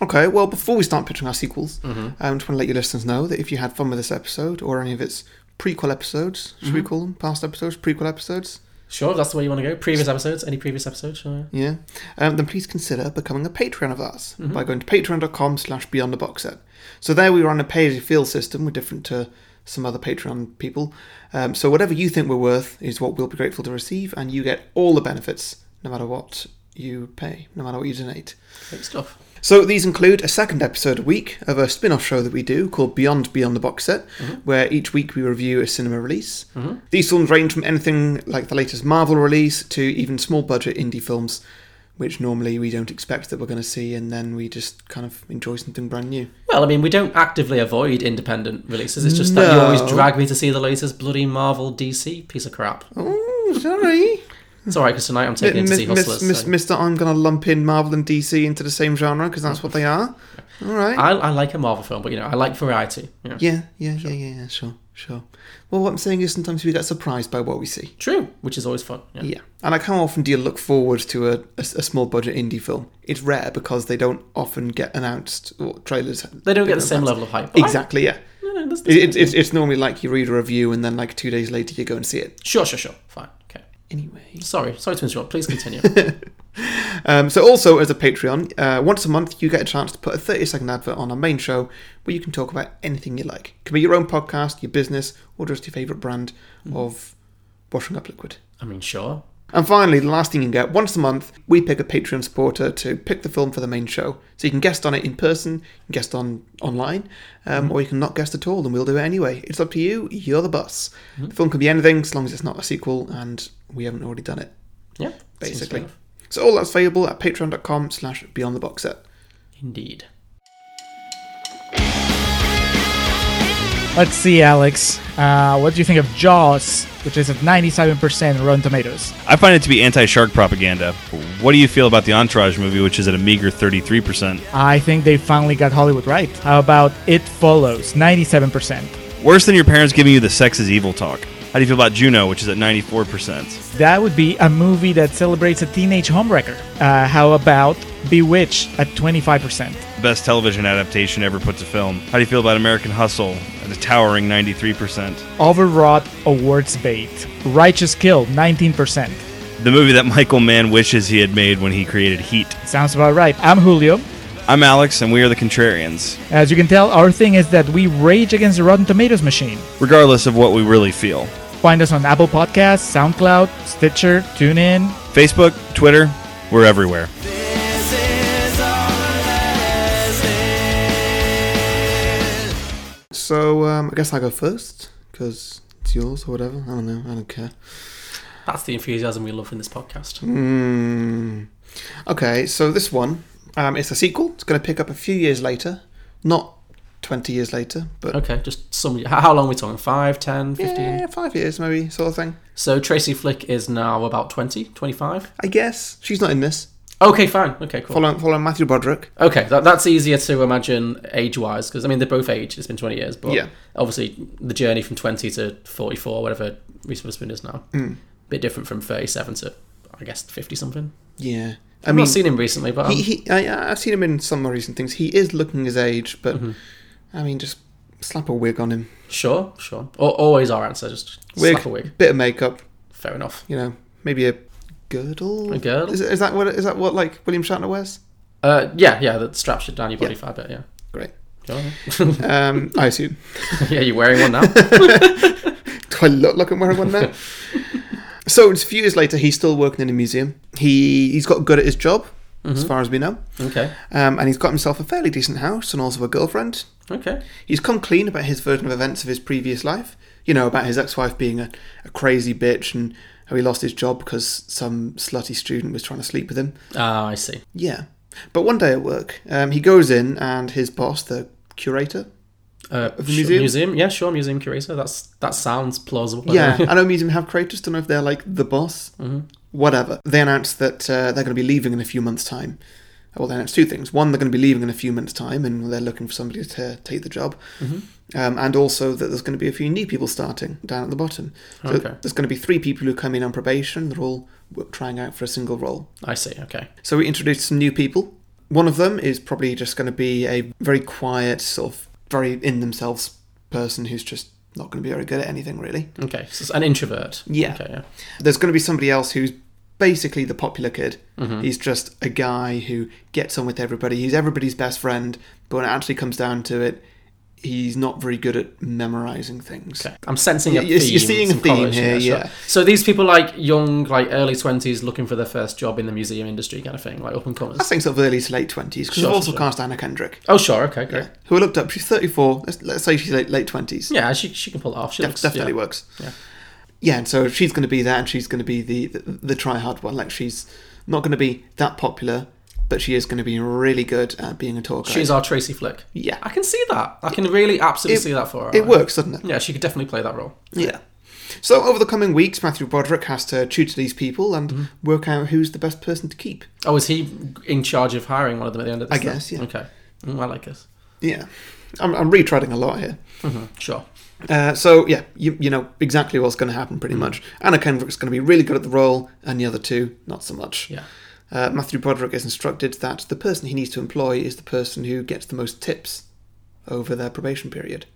Okay, well, before we start pitching our sequels, I just want to let your listeners know that if you had fun with this episode or any of its prequel episodes, should we call them past episodes, prequel episodes?
Sure, if that's the way you want to go. Previous episodes, any previous episodes, sure.
Yeah. Um, then please consider becoming a patron of ours by going to patreon.com slash beyond the box set. So there we are on a pay as you feel system. We're different to some other Patreon people. Um, so whatever you think we're worth is what we'll be grateful to receive, and you get all the benefits no matter what you pay, no matter what you donate.
Great stuff.
So these include a second episode a week of a spin-off show that we do called Beyond Beyond the Box Set, where each week we review a cinema release. These films range from anything like the latest Marvel release to even small-budget indie films, which normally we don't expect that we're going to see, and then we just kind of enjoy something brand new.
Well, I mean, we don't actively avoid independent releases. It's just that you always drag me to see the latest bloody Marvel DC piece of crap.
Oh, sorry,
It's alright, because tonight I'm
M-
taking him to see
Miss- Miss-
Hustlers.
Miss-
so-
Mister, I'm going to lump in Marvel and DC into the same genre because that's what they are. All right.
I, I like a Marvel film, but you know, I like variety. Yeah.
yeah, yeah, yeah, yeah, yeah, sure, sure. Well, what I'm saying is sometimes we get surprised by what we see.
True, which is always fun. Yeah.
Yeah, and like how often do you look forward to a, a, a small budget indie film? It's rare because they don't often get announced or trailers.
They don't get the same level of hype. but I-
Exactly, yeah.
no, no, that's- that's
It, it, it's it's normally like you read a review and then like two days later you go and see it.
Sure, sure, sure. Fine. Okay.
Anyway.
Sorry, sorry to interrupt. Please continue.
[LAUGHS] Um, so also as a Patreon, uh, once a month you get a chance to put a 30 second advert on our main show where you can talk about anything you like. It can be your own podcast, your business, or just your favourite brand
Mm.
of washing up liquid.
I mean, sure.
And finally, the last thing you can get once a month, we pick a Patreon supporter to pick the film for the main show. So you can guest on it in person, you can guest on online, um,
Mm-hmm.
or you can not guest at all, and we'll do it anyway. It's up to you. You're the boss.
Mm-hmm.
The film can be anything, as long as it's not a sequel, and we haven't already done it.
Yeah. seems
Basically.
fair enough.
So all that's available at Patreon.com/slash Beyond the Box Set.
Indeed.
Let's see, Alex. Uh, what do you think of Jaws, which is at 97% on Rotten Tomatoes?
I find it to be anti shark propaganda. What do you feel about the Entourage movie, which is at a meager 33%?
I think they finally got Hollywood right. How about It Follows, 97%?
Worse than your parents giving you the sex is evil talk. How do you feel about Juno, which is at 94%?
That would be a movie that celebrates a teenage homewrecker. Uh, how about Bewitched at 25%?
Best television adaptation ever put to film. How do you feel about American Hustle at a towering 93%?
Overwrought Awards Bait, Righteous Kill, 19%.
The movie that Michael Mann wishes he had made when he created Heat.
Sounds about right. I'm Julio.
I'm Alex, and we are the Contrarians,
As you can tell, our thing is that we rage against the Rotten Tomatoes machine.
regardless of what we really feel.
Find us on Apple Podcasts, SoundCloud, Stitcher, TuneIn,
Facebook, Twitter, we're everywhere.
So um, I guess I go first because it's yours or whatever. I don't know. I don't care.
That's the enthusiasm we love in this podcast.
Mm. Okay, so this one, um, it's a sequel. It's going to pick up a few years later, not 20 years later, but
Okay, just some. h- How long are we talking? 5, 10, 15?
yeah, five years maybe, sort of thing.
So Tracy Flick is now about 20, 25?
I guess she's not in this.
Okay, fine. Okay, cool.
Following, following Matthew Broderick.
Okay, that, that's easier to imagine age wise because I mean they're both age. It's been twenty years, but
Yeah.
obviously the journey from twenty to forty four, whatever Reese Witherspoon is now,
Mm.
bit different from thirty seven to I guess fifty something.
Yeah, I
I've
mean,
not seen him recently, but
he,
um,
he I, I've seen him in some more recent things. He is looking his age, but
Mm-hmm.
I mean, just slap a wig on him.
sure, sure. Al always our answer, just
Wig,
slap a wig.
bit of makeup,
Fair enough.
you know, maybe a girdle.
A girdle?
Is, is that what is that what like William Shatner wears?
Uh, yeah, yeah. That straps you down your body
Yeah.
for a bit. Yeah.
Great.
Sure.
Um, I assume.
[LAUGHS] yeah, you're wearing
[LAUGHS]
one now.
Do I look like I'm wearing one now? so it's a few years later, he's still working in a museum. he he's got good at his job, as far as we know.
Okay.
Um, and he's got himself a fairly decent house and also a girlfriend.
Okay.
He's come clean about his version of events of his previous life. You know, about his ex wife being a, a crazy bitch and how he lost his job because some slutty student was trying to sleep with him.
Ah, I see.
Yeah. But one day at work, um, he goes in and his boss, the curator,
Uh,
Of the
sure,
museum?
yeah, sure, museum curator. That's that sounds plausible.
Yeah, I know Mm-hmm. museum have creators. Don't know if they're like the boss. Whatever. They announced that uh, they're going to be leaving in a few months' time. Well, they announced two things. One, they're going to be leaving in a few months' time, and they're looking for somebody to take the job. Um, and also that there's going to be a few new people starting down at the bottom. So
Okay.
There's going to be three people who come in on probation. They're all w- trying out for a single role.
[LAUGHS] I see. Okay.
So we introduced some new people. One of them is probably just going to be a very quiet, sort of very in themselves person who's just not going to be very good at anything, really.
Okay. So it's an introvert.
Yeah.
Okay. Yeah.
There's going to be somebody else who's basically the popular kid.
Mm-hmm.
He's just a guy who gets on with everybody. He's everybody's best friend, but when it actually comes down to it, he's not very good at memorizing things.
Okay. I'm sensing a
You're-
theme.
you're seeing a
some
theme
correlation
here,
there, sure.
yeah.
So these people like young, like early twenties, looking for their first job in the museum industry, kind of thing, like up and
I
comers.
think sort of early to late 20s, because
Sure,
I've also
sure.
cast Anna Kendrick,
Oh, sure. Okay. Great.
who I looked up. She's 34. Let's, let's say she's late, late 20s.
Yeah. she she can pull it off. She
Def-
looks
definitely
yeah.
works.
Yeah.
Yeah, and so she's going to be that, and she's going to be the the, the try hard one. Like she's not going to be that popular, but she is going to be really good at being a talker.
She's our Tracy Flick.
Yeah.
I can see that. I can really absolutely see that for her.
It works, doesn't it?
Yeah, she could definitely play that role.
Yeah. So over the coming weeks, Matthew Broderick has to tutor these people and work out who's the best person to keep.
Oh, is he in charge of hiring one of them at the end of this?
I
then?
guess, yeah.
Okay. Mm, I like this.
Yeah, I'm, I'm retreading a lot here.
Sure.
Uh, so yeah, you you know exactly what's going to happen pretty much. Anna Kendrick's going to be really good at the role, and the other two not so much.
Yeah.
Uh, Matthew Broderick is instructed that the person he needs to employ is the person who gets the most tips over their probation period.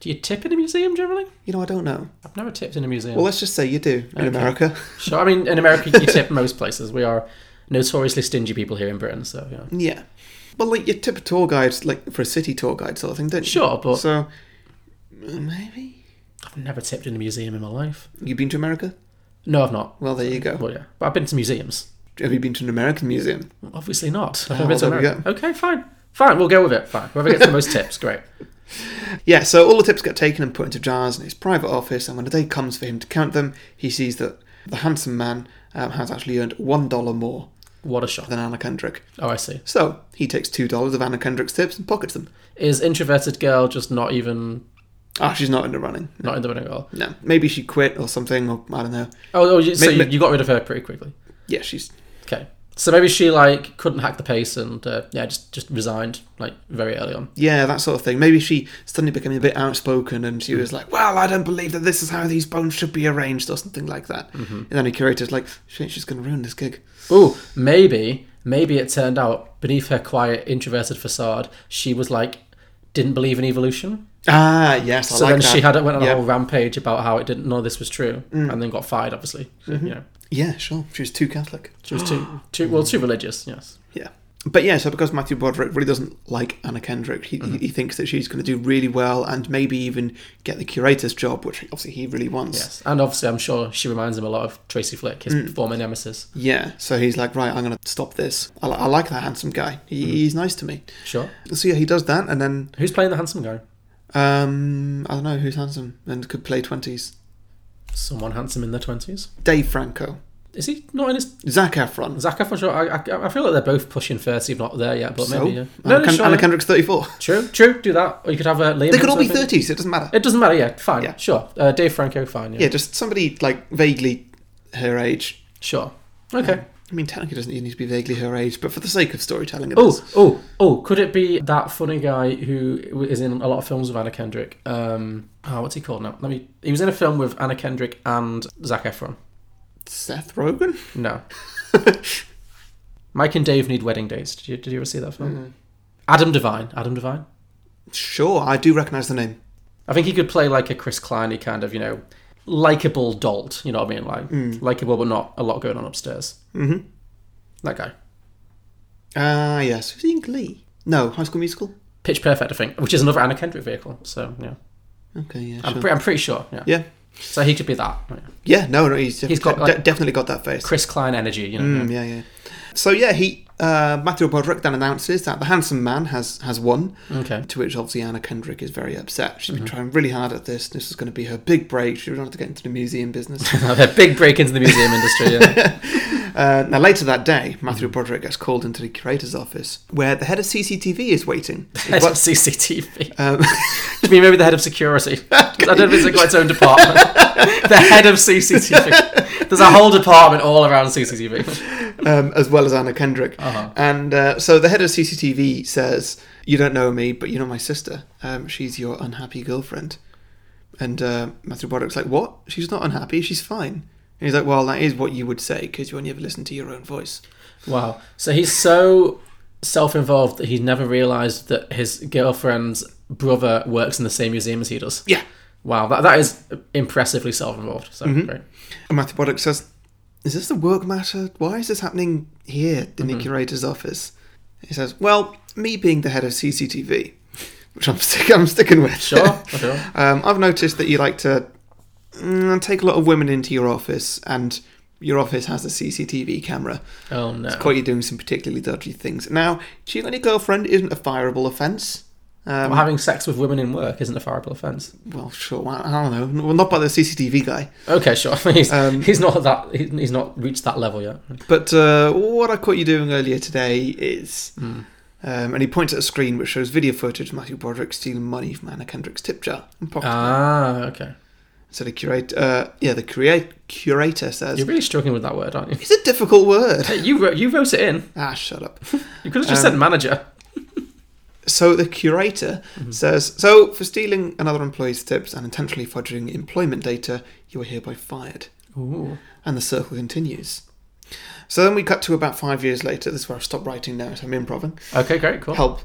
Do you tip in a museum generally?
You know, I don't know.
I've never tipped in a museum.
Well, let's just say you do in America.
Sure. I mean, in America, you tip [LAUGHS] most places. We are notoriously stingy people here in Britain, so yeah.
yeah. Well, like you tip a tour guide, like for a city tour guide sort of thing, don't you?
Sure, but-
so maybe
I've never tipped in a museum in my life.
you've been to America.
No, I've not.
Well, there you go.
Well, yeah, but I've been to museums.
Have you been to an American museum?
Obviously not. I've
Oh,
never been to
there we
America. Okay, fine, fine. We'll go with it. Fine. Whoever gets the most tips, great.
Yeah, so all the tips get taken and put into jars in his private office, and when the day comes for him to count them, he sees that the handsome man um, has actually earned one dollar more
What a shock.
than Anna Kendrick.
Oh, I see.
So he takes two dollars of Anna Kendrick's tips and pockets them.
Is introverted girl just not even
Ah, she's not in the running.
not in the running at all?
No, maybe she quit or something, or I don't know.
Oh, oh you- so
Ma-
you,
ma-
you got rid of her pretty quickly.
Yeah, she's
Okay. So maybe she like couldn't hack the pace and uh, yeah, just just resigned like very early on.
yeah that sort of thing. Maybe she suddenly became a bit outspoken, and she was like, "Well, I don't believe that this is how these bones should be arranged," or something like that. And then the curator's like, "Shit, she's going to ruin this gig."
Ooh, maybe, maybe it turned out beneath her quiet, introverted facade, she was like, didn't believe in evolution.
Ah, yes, I
So
like
then
that.
she had went on
Yeah. Mm.
a whole rampage about how it didn't know this was true, and then got fired. Obviously, So,
Mm-hmm.
you know,
Yeah, sure. She was too Catholic.
she was too, too well, too religious. Yes.
Yeah. But yeah, so because Matthew Broderick really doesn't like Anna Kendrick, he, he thinks that she's going to do really well and maybe even get the curator's job, which obviously he really wants.
Yes, and obviously, I'm sure she reminds him a lot of Tracy Flick, his
Mm.
former nemesis.
Yeah, so he's like, right, I'm going to stop this. I, li- I like that handsome guy. He, He's nice to me.
Sure.
So yeah, he does that, and then
Who's playing the handsome guy?
um, I don't know who's handsome and could play twenties.
Someone handsome in their twenties.
Dave Franco,
Is he not in his?
Zac Efron.
Zac Efron. Sure. I, I, I feel like they're both pushing thirty, if not there yet. But
so
maybe. Yeah.
Anna, Oh, Ken-
sure,
Anna
yeah.
Kendrick's thirty-four.
True, true. Do that, or you could have a Liam.
They could all be
Hemsworth, I think.
thirties. It doesn't matter.
It doesn't matter. Yeah, fine.
Yeah.
Sure. Uh, Dave Franco. Fine. Yeah.
Yeah, just somebody like vaguely her age.
Sure. Okay.
I mean, technically, it doesn't even need to be vaguely her age, but for the sake of storytelling, it is.
Oh, oh, oh! Could it be that funny guy who is in a lot of films with Anna Kendrick? Um, oh, what's he called now? Let me. He was in a film with Anna Kendrick and Zac Efron.
Seth Rogen?
[LAUGHS] No. Mike and Dave need wedding dates. Did you, did you ever see that film? Adam Devine. Adam Devine.
Sure, I do recognise the name.
I think he could play like a Chris Kleiny kind of, you know, likable dolt. You know what I mean? Like likable, but not a lot going on upstairs. Mm. Mm-hmm. That guy.
Ah, yes. Was he in Glee? No, High School Musical?
Pitch Perfect, I think, which is another Anna Kendrick vehicle. So yeah,
Okay, yeah,
I'm,
sure.
pre- I'm pretty sure. Yeah.
yeah,
So he could be that. right?
Yeah, no, no, he's, def-
He's got,
de-
like-
definitely got that face.
Chris Klein energy, you know.
Mm, yeah, yeah. So yeah, he uh, Matthew Broderick then announces that the handsome man has has won.
Okay.
To which obviously Anna Kendrick is very upset. She's been trying really hard at this. This is going to be her big break. She doesn't have to get into the museum business.
A big break into the museum industry.
[LAUGHS]
Yeah.
Uh, now, later that day, Matthew Broderick gets called into the curator's office where the head of CCTV is waiting.
Head of CCTV.
Um, [LAUGHS]
You mean maybe the head of security? 'Cause I don't think it's got its own department. the head of CCTV. There's a whole department all around CCTV.
um, as well as Anna Kendrick.
Uh-huh.
And uh, so the head of CCTV says, You don't know me, but you know my sister. Um, she's your unhappy girlfriend. And uh, Matthew Broderick's like, What? She's not unhappy, she's fine. And he's like, Well, that is what you would say because you only ever listen to your own voice.
Wow. So he's so self-involved that he's never realised that his girlfriend's brother works in the same museum as he does.
Yeah.
Wow. That that is impressively self-involved. So
Mm-hmm.
great.
And Matthew Broderick says, Is this the work matter? Why is this happening here in
Mm-hmm.
the curator's office? He says, Well, me being the head of CCTV, which I'm, stick- I'm sticking with. [LAUGHS]
Sure. sure.
Um, I've noticed that you like to mm, take a lot of women into your office, and your office has a CCTV camera.
Oh no.
It's quite you doing some particularly dodgy things. Now, cheating on your girlfriend isn't a fireable offence. Um,
Well, having sex with women in work isn't a fireable offence.
well, sure. well, I don't know. Well, not by the CCTV guy.
Okay, sure. [LAUGHS] He's,
Um,
he's not that. he- He's not reached that level yet.
But uh, what I caught you doing earlier today is.
Hmm.
Um, and he points at a screen which shows video footage of Matthew Broderick stealing money from Anna Kendrick's tip jar and pocketing it.
Ah, okay.
So the curator, uh, yeah, the cura- curator says,
You're really struggling with that word, aren't you?
"It's a difficult word."
Hey, you wrote, you wrote it in.
ah, shut up. [LAUGHS]
You could have just said manager.
So the curator
Mm-hmm.
says, so for stealing another employee's tips and intentionally fudging employment data, you are hereby fired.
Ooh.
And the circle continues. So then we cut to about five years later. This is where I've stopped writing now, so I'm improvising.
Okay, great, cool.
Help.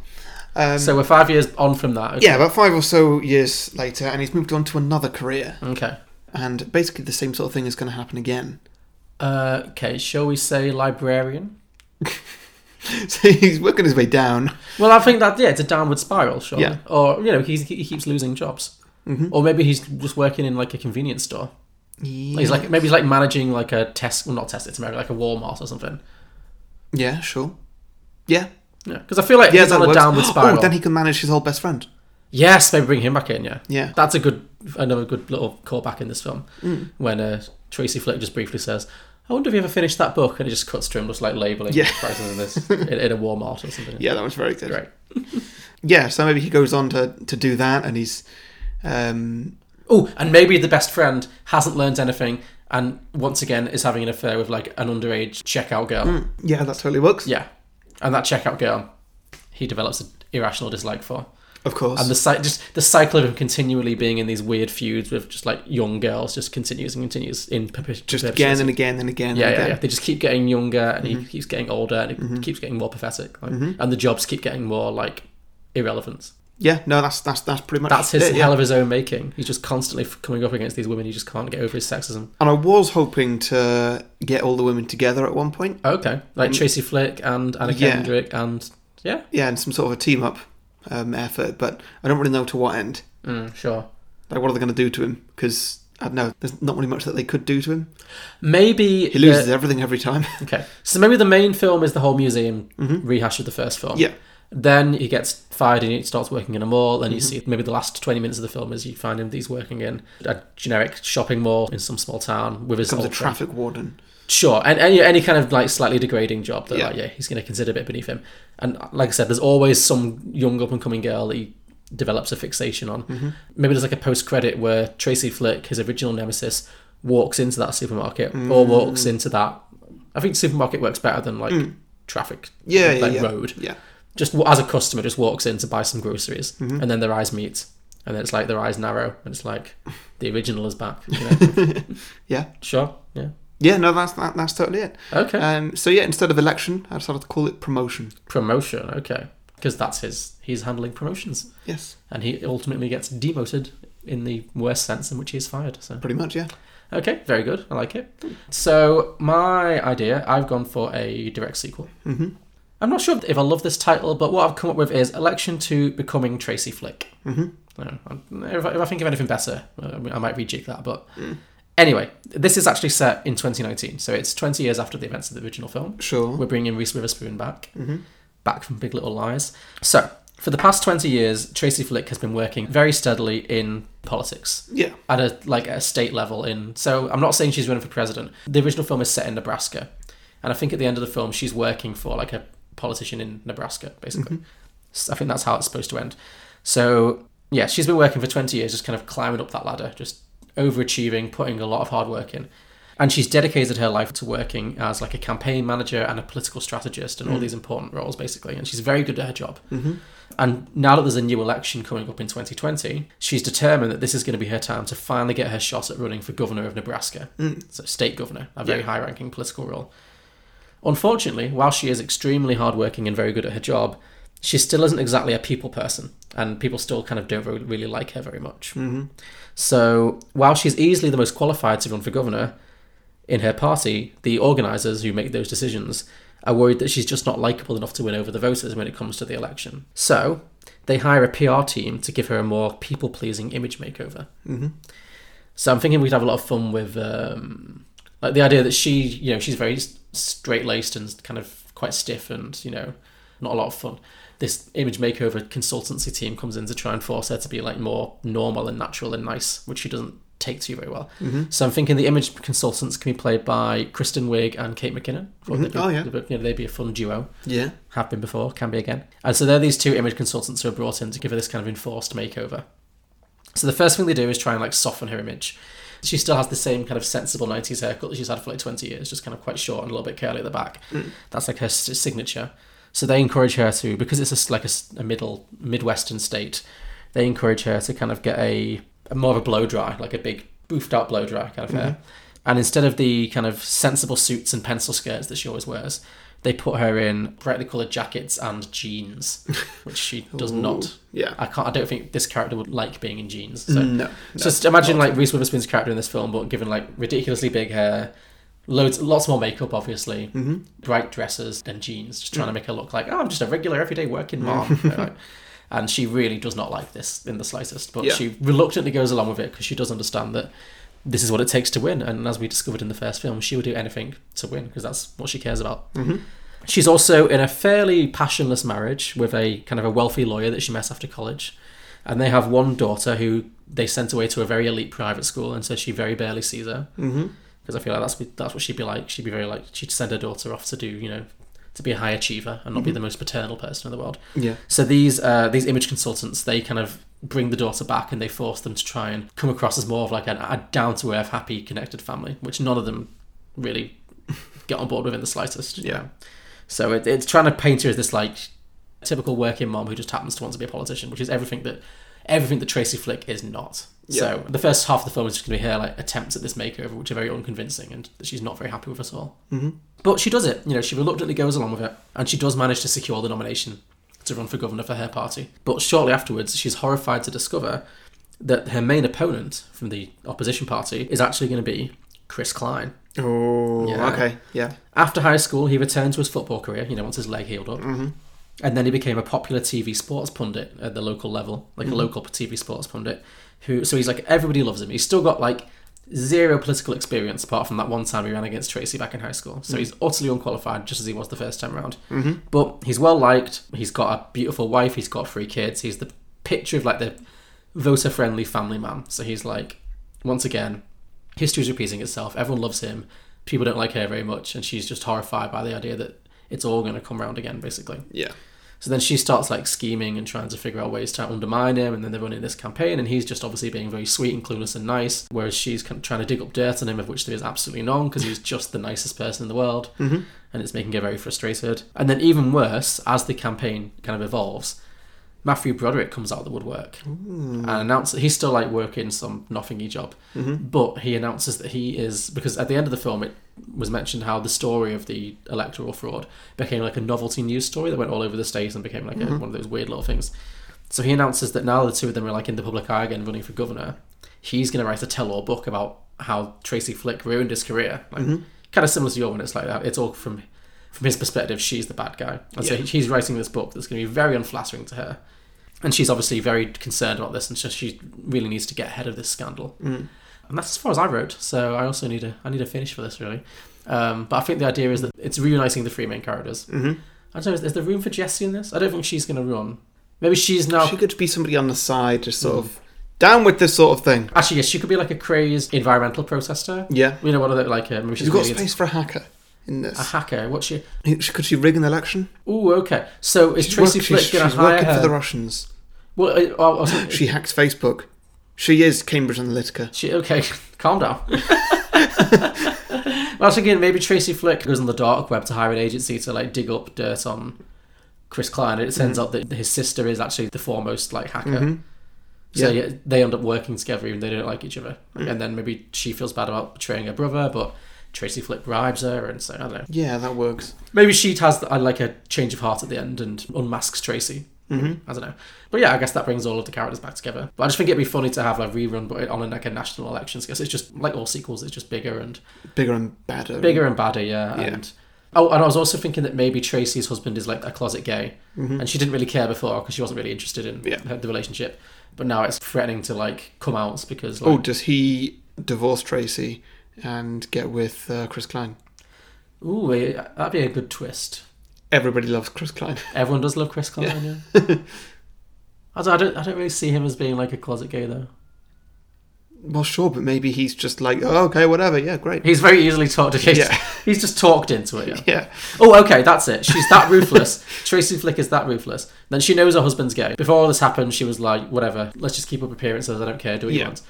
Um,
So we're five years on from that. Okay.
yeah, about five or so years later, and he's moved on to another career.
Okay.
And basically the same sort of thing is going to happen again. [LAUGHS]
Uh, okay. Shall we say librarian?
So he's working his way down.
Well, I think that yeah, it's a downward spiral, sure.
Yeah.
Or you know, he's, he keeps losing jobs. Or maybe he's just working in like a convenience store. He's like maybe he's like managing like a test, well not test, it's maybe like a Walmart or something.
Yeah, sure. Yeah.
Yeah, because I feel like
Yeah,
he's on a
works.
[GASPS] downward spiral.
Oh, then he can manage his old best friend.
Yes, maybe bring him back in. Yeah,
Yeah. Mm.
That's a good another good little callback in this film when uh, Tracy Flick just briefly says, "I wonder if you ever finished that book," and it just cuts to him just like labeling
Yeah.
prices
[LAUGHS]
in this in, in a Walmart or something.
Yeah, that was very good.
Great.
yeah, so maybe he goes on to, to do that, and he's um,
Oh, and maybe the best friend hasn't learned anything, and once again is having an affair with like an underage checkout girl.
yeah, that totally works.
Yeah, and that checkout girl, he develops an irrational dislike for.
of course.
And the cy- just the cycle of him continually being in these weird feuds with just like young girls just continues and continues in perpetuity.
just again and again and again.
yeah,
and
yeah,
again.
yeah. They just keep getting younger, and
Mm-hmm.
he keeps getting older, and he keeps getting more pathetic, like, and the jobs keep getting more like irrelevant.
Yeah, no, that's that's that's pretty much
That's his
it, yeah.
hell of his own making. He's just constantly f- coming up against these women. He just can't get over his sexism.
And I was hoping to get all the women together at one point.
Okay, like Tracy Flick and Anna
Mm. Yeah.
Kendrick, and yeah,
Yeah, and some sort of a team up um, effort, but I don't really know to what end.
mm, sure.
Like, what are they going to do to him? Because I don't know. There's not really much that they could do to him.
Maybe
He loses
the-
everything every time. [LAUGHS]
Okay, so maybe the main film is the whole museum rehash of the first film.
Mm-hmm. yeah,
Then he gets fired and he starts working in a mall. And you
Mm-hmm.
see maybe the last 20 minutes of the film is you find him, he's working in a generic shopping mall in some small town with his
becomes a
old friend.
traffic warden.
Sure, and any, any kind of like slightly degrading job that,
Yeah.
like, yeah, he's going to consider a bit beneath him. And like I said, there's always some young up and coming girl that he develops a fixation on.
Mm-hmm.
Maybe there's like a post credit where Tracy Flick, his original nemesis, walks into that supermarket or walks
Mm.
into that. I think supermarket works better than like traffic,
Yeah, yeah,
like
yeah.
road
Yeah,
just w- as a customer just walks in to buy some groceries and then their eyes meet and then it's like their eyes narrow and it's like the original is back you know?
yeah,
sure yeah
yeah. No, that's that, that's totally it.
okay
Um, so yeah, instead of election, I decided to call it promotion.
promotion okay because that's his he's handling promotions
Yes,
and he ultimately gets demoted in the worst sense in which he is fired so
pretty much. Yeah.
okay very good i like it so my idea i've gone for a direct sequel mm-hmm. i'm not sure if i love this title but what i've come up with is election to becoming tracy flick mm-hmm. No, I'm- if, I, if I think of anything better, I, mean, I might rejig that. But anyway, this is actually set in 2019, so it's 20 years after the events of the original film.
Sure.
We're bringing Reese Witherspoon back, back from Big Little Lies. So for the past 20 years, Tracy Flick has been working very steadily in politics
Yeah.
at a like at a state level in so i'm not saying she's running for president the original film is set in nebraska and i think at the end of the film she's working for like a politician in nebraska basically So i think that's how it's supposed to end so yeah she's been working for 20 years just kind of climbing up that ladder just overachieving putting a lot of hard work in and she's dedicated her life to working as like a campaign manager and a political strategist and all these important roles basically and she's very good at her job and now that there's a new election coming up in 2020 she's determined that this is going to be her time to finally get her shot at running for governor of nebraska so state governor a very high ranking political role Unfortunately, while she is extremely hardworking and very good at her job, she still isn't exactly a people person, and people still kind of don't re- really like her very much. Mm-hmm. So, while she's easily the most qualified to run for governor in her party, the organisers who make those decisions are worried that she's just not likeable enough to win over the voters when it comes to the election. So, they hire a PR team to give her a more people pleasing image makeover. So I'm thinking we'd have a lot of fun with um, like the idea that she, you know, she's very straight laced and kind of quite stiff and you know, not a lot of fun. This image makeover consultancy team comes in to try and force her to be like more normal and natural and nice, which she doesn't take to very well.
Mm-hmm.
So I'm thinking the image consultants can be played by Kristen Wiig and Kate McKinnon. Thought they'd be-
Oh, yeah.
they'd be- you know, they'd be a fun duo
Yeah.
have been before, can be again. And so there are these two image consultants who are brought in to give her this kind of enforced makeover. So the first thing they do is try and like soften her image. She still has the same kind of sensible 90s haircut that she's had for like 20 years, just kind of quite short and a little bit curly at the back. That's like her s- signature. So they encourage her to, because it's a s like a, s- a middle, Midwestern state, they encourage her to kind of get a, a more of a blow dry, like a big boofed out blow dry kind of hair. And instead of the kind of sensible suits and pencil skirts that she always wears, they put her in brightly coloured jackets and jeans, which she does not.
yeah.
I can't. I don't think this character would like being in jeans. So,
No, no,
so just imagine like Reese Witherspoon's character in this film, but given like ridiculously big hair, loads, lots more makeup, obviously,
Mm-hmm.
bright dresses and jeans, just trying
Mm.
to make her look like oh, I'm just a regular everyday working mom. You know,
[LAUGHS]
like- And she really does not like this in the slightest, but
Yeah.
she reluctantly goes along with it because she does understand that this is what it takes to win. And as we discovered in the first film, she will do anything to win because that's what she cares about.
Mm-hmm.
She's also in a fairly passionless marriage with a kind of a wealthy lawyer that she met after college. And they have one daughter who they sent away to a very elite private school, and so she very barely sees her. Because mm-hmm. I feel like that's that's what she'd be like. She'd be very like she'd send her daughter off to do you know to be a high achiever and not be the most paternal person in the world.
Mm-hmm. Yeah.
So these uh, these image consultants they kind of bring the daughter back and they force them to try and come across as more of like an, a down to earth, happy, connected family, which none of them really get on board with in the slightest.
Yeah.
So it, it's trying to paint her as this like typical working mom who just happens to want to be a politician, which is everything that everything that Tracy Flick is not. So the first half of the film is just going to be her like attempts at this makeover, which are very unconvincing, and she's not very happy with us all. Mm-hmm. But she does it. You know, she reluctantly goes along with it, and she does manage to secure the nomination to run for governor for her party. But shortly afterwards, she's horrified to discover that her main opponent from the opposition party is actually going to be Chris Klein.
Oh,
Yeah.
okay. Yeah.
After high school, he returned to his football career, you know, once his leg healed up. Mm-hmm. And then he became a popular TV sports pundit at the local level, like a local TV sports pundit. Who, so he's like, everybody loves him. He's still got like zero political experience apart from that one time he ran against Tracy back in high school. So he's utterly unqualified, just as he was the first time around. Mm-hmm. But he's well liked. He's got a beautiful wife. He's got three kids. He's the picture of like the voter friendly family man. So he's like, once again, history's repeating itself. Everyone loves him. People don't like her very much, and she's just horrified by the idea that it's all going to come round again, basically.
Yeah.
So then she starts like scheming and trying to figure out ways to undermine him, and then they're running this campaign, and he's just obviously being very sweet and clueless and nice, whereas she's kind of trying to dig up dirt on him, of which there is absolutely none, because he's just the nicest person in the world, mm-hmm. and it's making her very frustrated. And then even worse, as the campaign kind of evolves, Matthew Broderick comes out of the woodwork and announces he's still like working some nothingy job, but he announces that he is because at the end of the film it was mentioned how the story of the electoral fraud became like a novelty news story that went all over the states and became like a, one of those weird little things. So he announces that now the two of them are like in the public eye again, running for governor. He's going to write a tell-all book about how Tracy Flick ruined his career, like, kind of similar to your one. It's like that. It's all from from his perspective. She's the bad guy, and so he's writing this book that's going to be very unflattering to her And she's obviously very concerned about this, and so she really needs to get ahead of this scandal.
Mm.
And that's as far as I wrote. So I also need a I need a finish for this really. Um, but I think the idea is that it's reuniting the three main characters.
Mhm.
I don't know. Is, is there room for Jessie in this? I don't think she's going to run. Maybe she's now.
She could be somebody on the side, just sort of down with this sort of thing.
Actually, yes, she could be like a crazed environmental protester.
Yeah.
You know, one of the like. Uh, maybe she's
She's got
really Ah. against-
space for a hacker in this.
a hacker. What's she?
Could she rig an election?
Ooh, okay. So is
She's
Tracy
work-
Flick
she's-
going to
she's
hire
working
her?
for the Russians.
Well, I, I, I was-
She hacks Facebook. She is Cambridge Analytica.
She, okay, [LAUGHS] calm down. I was thinking maybe Tracy Flick goes on the dark web to hire an agency to like dig up dirt on Chris Klein, and it turns out that his sister is actually the foremost like hacker.
Mhm.
So
Yeah.
yeah, they end up working together, even though they don't like each other. And then maybe she feels bad about betraying her brother, but Tracy Flick bribes her, and so I don't know.
Yeah, that works.
Maybe she has uh, like a change of heart at the end and unmasks Tracy.
Mhm.
I don't know, but yeah, I guess that brings all of the characters back together. But I just think it'd be funny to have a rerun, but on like a national election. Because it's just like all sequels, it's just bigger and
Bigger and badder.
bigger and badder, yeah.
Yeah.
And oh, and I was also thinking that maybe Tracy's husband is like a closet gay, and she didn't really care before because she wasn't really interested in
Mm-hmm. Yeah.
her- the relationship. But now it's threatening to like come out because
Oh,
like,
does he divorce Tracy and get with uh, Chris Klein?
ooh, eh, that'd be a good twist.
Everybody loves Chris Klein. [LAUGHS]
Everyone does love Chris Klein. Yeah. [LAUGHS] I don't, I don't, I don't really see him as being like a closet gay though.
Well, sure, but maybe he's just like, oh, okay, whatever. Yeah, great.
He's very easily talked. [LAUGHS] He's,
Yeah.
he's just talked into it. [LAUGHS] Yeah.
Yeah.
Oh, okay, that's it. She's that ruthless. Tracy Flick is that ruthless. Then she knows her husband's gay. Before all this happened, she was like, whatever, let's just keep up appearances. I don't care. Do what you
Yeah.
want.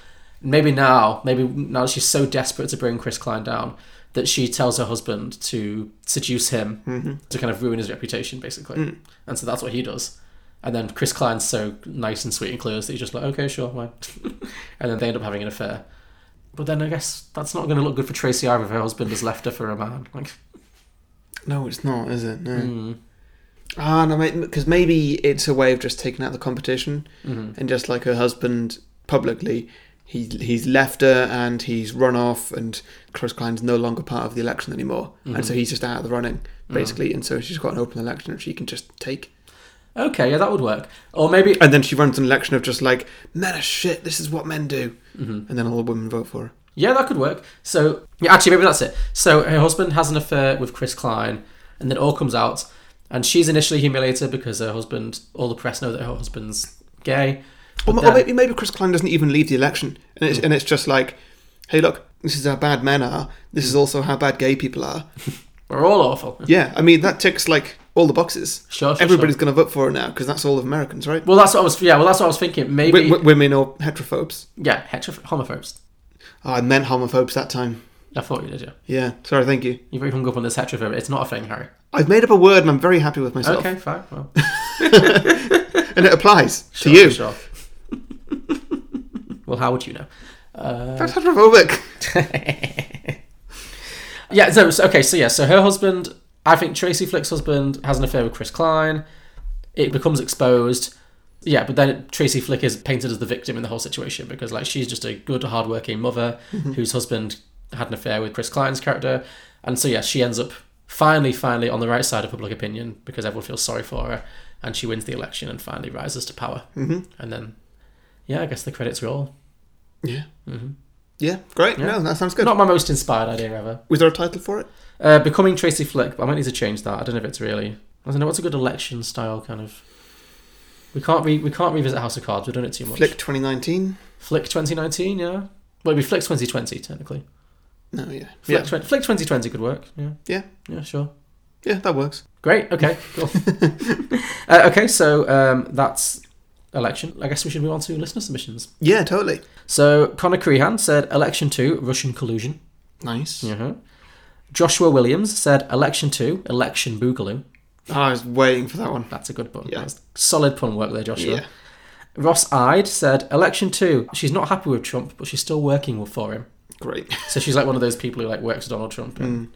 Maybe now, maybe now she's so desperate to bring Chris Klein down that she tells her husband to seduce him to kind of ruin his reputation, basically. And so that's what he does. And then Chris Klein's so nice and sweet and clueless that he's just like, okay, sure, why? [LAUGHS] and then they end up having an affair. But then I guess that's not going to look good for Tracy either if her husband has left her for a man. Like,
No, it's not, is it? No. Ah, no, because maybe it's a way of just taking out the competition, and just like her husband publicly, he he's left her and he's run off, and Chris Klein's no longer part of the election anymore, and so he's just out of the running basically, and so she's got an open election that she can just take,
okay, yeah, that would work. Or maybe
and then she runs an election of just like men are shit, this is what men do, and then all the women vote for her.
Yeah, that could work. So, yeah, actually, maybe that's it. So, her husband has an affair with Chris Klein, and then it all comes out. And she's initially humiliated because her husband, all the press know that her husband's gay.
Or, ma-
then-
or maybe maybe Chris Klein doesn't even leave the election, and it's and it's just like, hey, look, this is how bad men are. This is also how bad gay people are.
We're all awful.
Yeah, I mean that ticks like all the boxes.
Sure, sure,
Everybody's
sure.
going to vote for her now because that's all of Americans, right?
Well, that's what I was. Yeah, well, that's what I was thinking. Maybe.
W- w- women or heterophobes.
yeah, hetero- homophobes.
Oh, I meant homophobes that time.
I thought you did. Yeah,
Yeah, sorry, thank you.
you're very hung up on this heterophobia. It's not a thing, Harry.
I've made up a word and I'm very happy with myself.
Okay, fine. Well,
And it applies
sure,
to you.
Sure. [LAUGHS] well, how would you know?
That's heterophobic.
Yeah, so, so- okay, so yeah, so her husband, I think Tracy Flick's husband has an affair with Chris Klein. It becomes exposed. Yeah, but then Tracy Flick is painted as the victim in the whole situation because like she's just a good, hardworking mother whose husband had an affair with Chris Klein's character, and so yeah, she ends up finally, finally on the right side of public opinion because everyone feels sorry for her, and she wins the election and finally rises to power. Mm-hmm. And then, yeah, I guess the credits roll.
Yeah. Mm-hmm. Yeah, great. No, that sounds good.
Not my most inspired idea ever.
Was there a title for it?
Uh, becoming Tracy Flick. but I might need to change that. I don't know if it's really. I don't know what's a good election style kind of. We can't re- we can't revisit House of Cards. We've done it too much.
Flick 2019?
Flick 2019, yeah. Well, it'd be Flick 2020 technically.
No, yeah.
Flick,
Yeah.
twen- Flick 2020 could work. Yeah,
yeah.
yeah, sure.
Yeah, that works.
Great. Okay.
[LAUGHS]
Cool. uh, okay, so um, that's election. I guess we should move on to listener submissions.
Yeah, totally.
So Connor Crehan said election two Russian collusion.
Nice.
Uh-huh. Joshua Williams said election two election boogaloo.
Ah, I was waiting for that one.
That's a good pun.
Yeah.
That's solid pun work there, Joshua.
Yeah.
Ross Ide said, election two. She's not happy with Trump, but she's still working for him.
[LAUGHS] Great.
So she's like one of those people who like works for Donald Trump and
Mm.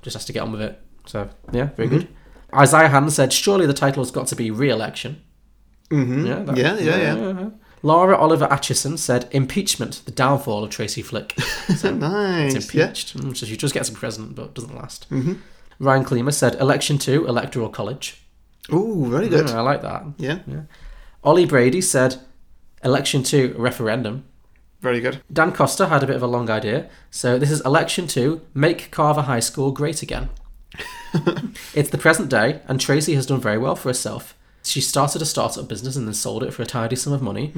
just has to get on with it. So yeah, very
Mm-hmm.
good. Isaiah Han said, surely the title's got to be re-election. Mm-hmm. Yeah, that-
Yeah, yeah, yeah.
yeah. Laura Oliver Atchison said, impeachment, the downfall of
[LAUGHS]
Tracy Flick. So
nice.
it's
Yeah.
impeached. Mm, So she just gets a president, but doesn't last. Mm-hmm. Ryan Klima said, election two, electoral college.
Ooh, very good.
Mm, I like that.
Yeah.
Yeah. Ollie Brady said election to referendum.
Very good.
Dan Costa had a bit of a long idea. So this is election to make Carver High School great again. it's the present day, and Tracy has done very well for herself. She started a startup business and then sold it for a tidy sum of money,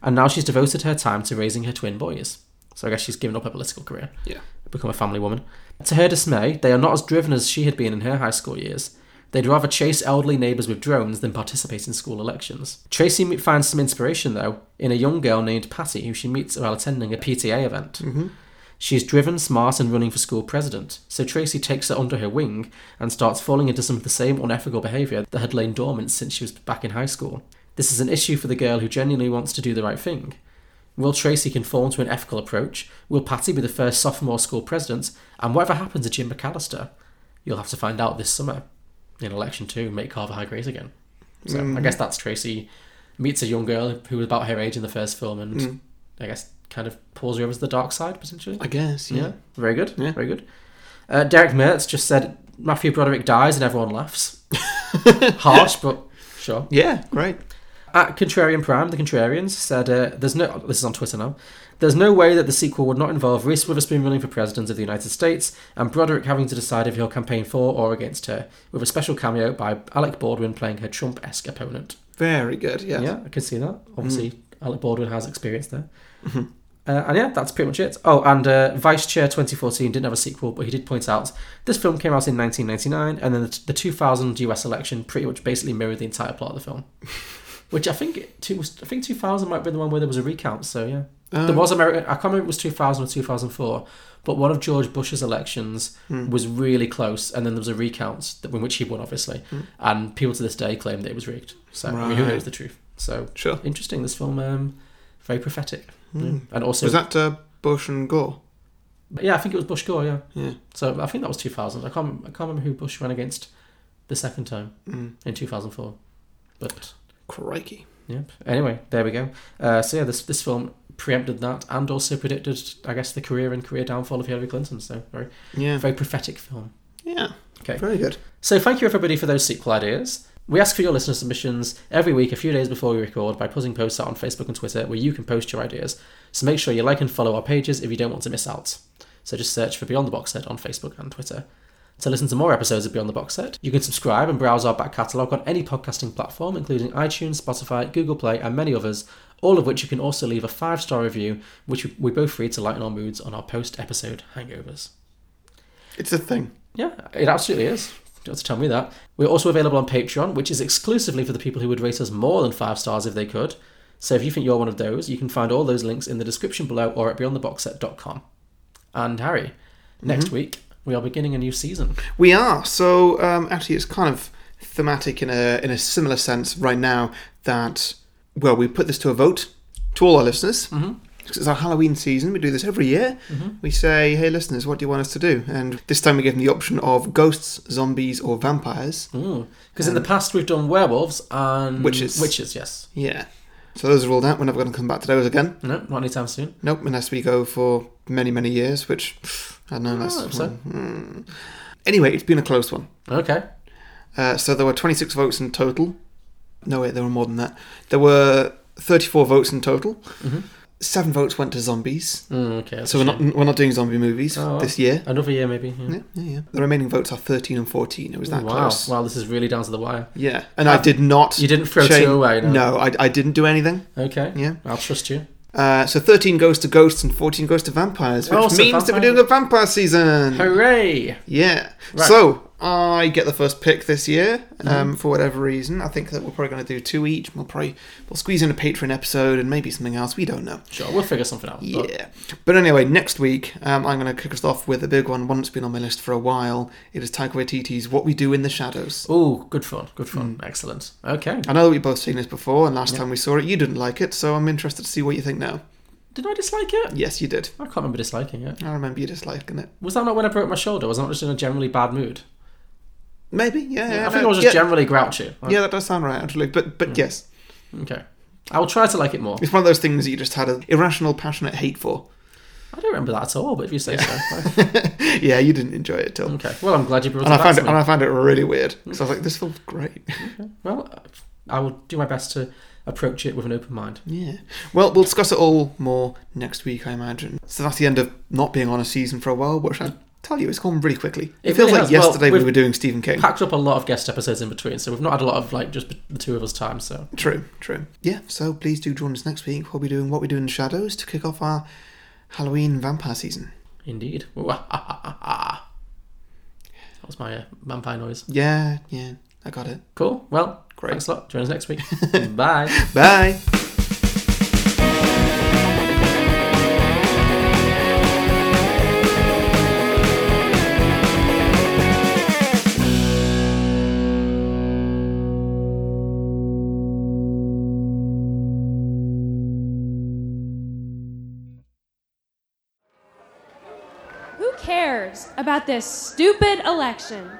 and now she's devoted her time to raising her twin boys. So I guess she's given up her political career,
Yeah.
become a family woman. To her dismay, they are not as driven as she had been in her high school years. They'd rather chase elderly neighbours with drones than participate in school elections. Tracy m- finds some inspiration, though, in a young girl named Patty who she meets while attending a PTA event. She's driven, smart, and running for school president, so Tracy takes her under her wing and starts falling into some of the same unethical behaviour that had lain dormant since she was back in high school. This is an issue for the girl who genuinely wants to do the right thing. Will Tracy conform to an ethical approach? Will Patty be the first sophomore school president? And whatever happens to Jim McAllister? You'll have to find out this summer in election two, make Carver High great again. So I
Mm.
guess that's Tracy meets a young girl who was about her age in the first film and I guess kind of pulls her over to the dark side potentially.
Mm. I guess. Yeah.
Yeah, very good.
Yeah.
Very good. Uh, Derek Mertz just said Matthew Broderick dies and everyone
[LAUGHS]
laughs. Harsh, but sure.
Yeah. Great.
At Contrarian Prime, the Contrarians said, uh, "There's no. This is on Twitter now. There's no way that the sequel would not involve Reese Witherspoon running for president of the United States and Broderick having to decide if he'll campaign for or against her, with a special cameo by Alec Baldwin playing her Trump-esque opponent.
Very good. Yeah. Mm-hmm.
Yeah, I can see that. Obviously, Alec Baldwin has experience there. Uh, and yeah, that's pretty much it. Oh, and uh, Vice Chair 2014 didn't have a sequel, but he did point out this film came out in 1999, and then the, the 2000 US election pretty much basically mirrored the entire plot of
[LAUGHS]
the film. Which I think it- two, I think 2000 might have been the one where there was a recount. So yeah,
Uh.
there was American. I can't remember if it was 2000 or 2004, but one of George Bush's elections
Hmm.
was really close, and then there was a recount that, in which he won, obviously. And people to this day claim that it was rigged. So I mean, who knows
Hmm. Right.
the truth? So
Sure.
interesting. This film, um, very prophetic, Yeah. and also
Was that uh, Bush and Gore?
yeah, I think it was Bush Gore. Yeah.
Yeah.
So I think that was 2000. I can't I can't remember who Bush ran against the second time
Hmm.
in 2004. But
Crikey.
yep. Anyway, there we go. Uh, so yeah, this this film preempted that and also predicted, I guess, the career and career downfall of Hillary Clinton. So very
Yeah.
very prophetic film.
Yeah.
Okay.
Very good.
So thank you everybody for those sequel ideas. We ask for your listener submissions every week, a few days before we record, by putting posts out on Facebook and Twitter where you can post your ideas. So make sure you like and follow our pages if you don't want to miss out. So just search for Beyond the Box Set on Facebook and Twitter. To listen to more episodes of Beyond the Box Set, you can subscribe and browse our back catalogue on any podcasting platform, including iTunes, Spotify, Google Play, and many others, all of which you can also leave a five star review, which we both read to lighten our moods on our post episode hangovers.
It's a thing.
Yeah, it absolutely is. You don't have to tell me that. We're also available on Patreon, which is exclusively for the people who would rate us more than five stars if they could. So if you think you're one of those, you can find all those links in the description below or at beyondtheboxset.com. And Harry,
Mm-hmm.
next week we are beginning a new season.
We are. So um, actually, it's kind of thematic in a in a similar sense right now that well, we put this to a vote to all our listeners. Mm-hmm. It's our Halloween season. We do this every year. We say, "Hey, listeners, what do you want us to do?" And this time, we give them the option of ghosts, zombies, or vampires.
Because in the past we've done werewolves and
Witches.
Witches, yes.
Yeah. So those are ruled out. We're never going to come back to those again.
No, not anytime soon.
Nope, unless we go for many, many years, which pff, I don't know. That's,
hope Oh, so.
Hmm. Anyway, it's been a close one.
Okay.
Uh, so there were 26 votes in total. No, wait, there were more than that. There were 34 votes in total. Seven votes went to zombies.
Mm, okay. Mm-hmm. that's
So
a
we're not
shame.
we're not doing zombie movies
Oh,
this year.
Another year maybe. yeah.
Yeah, yeah, yeah. The remaining votes are 13 and 14. It was that
wow.
close.
Wow, this is really down to the wire.
Yeah, and I did not.
you didn't throw two
change-
away, no.
No, I, I didn't do anything.
Okay.
Yeah.
I'll trust you.
Uh, so 13 goes to ghosts and 14 goes to vampires, which
Oh,
means
so
that we're
vampire-
doing a vampire season.
Hooray!
Yeah. So I get the first pick this year
Mm-hmm.
um, for whatever reason. I think that we're probably going to do two each. We'll probably we'll squeeze in a Patreon episode and maybe something else. We don't know.
Sure, we'll figure something out. but-
Yeah. But anyway, next week um, I'm going to kick us off with a big one. One that's been on my list for a while. It is Taika Waititi's What We Do in the Shadows.
Oh, good fun, good fun,
Mm.
excellent. Okay,
I know that we've both seen this before, and last time we saw it, you didn't like it, so I'm interested to see what you think now.
did I dislike it?
Yes, you did.
I can't remember disliking it.
I remember you disliking it.
Was that not when I broke my shoulder? Was I not just in a generally bad mood?
Maybe, yeah. yeah
I think
no,
I was just
yeah,
generally grouchy. Like,
Yeah, that does sound right, actually. But but yes,
Okay, I will try to like it more.
it's one of those things that you just had an irrational, passionate hate for. [LAUGHS]
I don't remember that at all, but if you say so.
yeah, you didn't enjoy it till.
[LAUGHS] okay. Well, I'm glad you brought
And
it
I
back
found it,
to
and
me.
[LAUGHS]
Mm.
I found it really weird because I was like, "This feels great."
Well, I will do my best to approach it with an open mind.
Yeah. Well, we'll discuss it all more next week, I imagine. So that's the end of not being on a season for a while, which I tell you, it's gone really quickly. It,
It
feels
really
like
has. Well,
yesterday we
we've-
were doing Stephen King.
Packed up a lot of guest episodes in between, so we've not had a lot of like just the two of us time. So
True, true. Yeah, so please do join us next week. We'll be doing what we do in the shadows to kick off our Halloween vampire season.
indeed, [LAUGHS] that was my uh, vampire noise.
Yeah, yeah, I got it.
Cool. Well,
Great.
Thanks a lot. Join us
[LAUGHS]
next week. Bye.
Bye.
Who cares about this stupid election?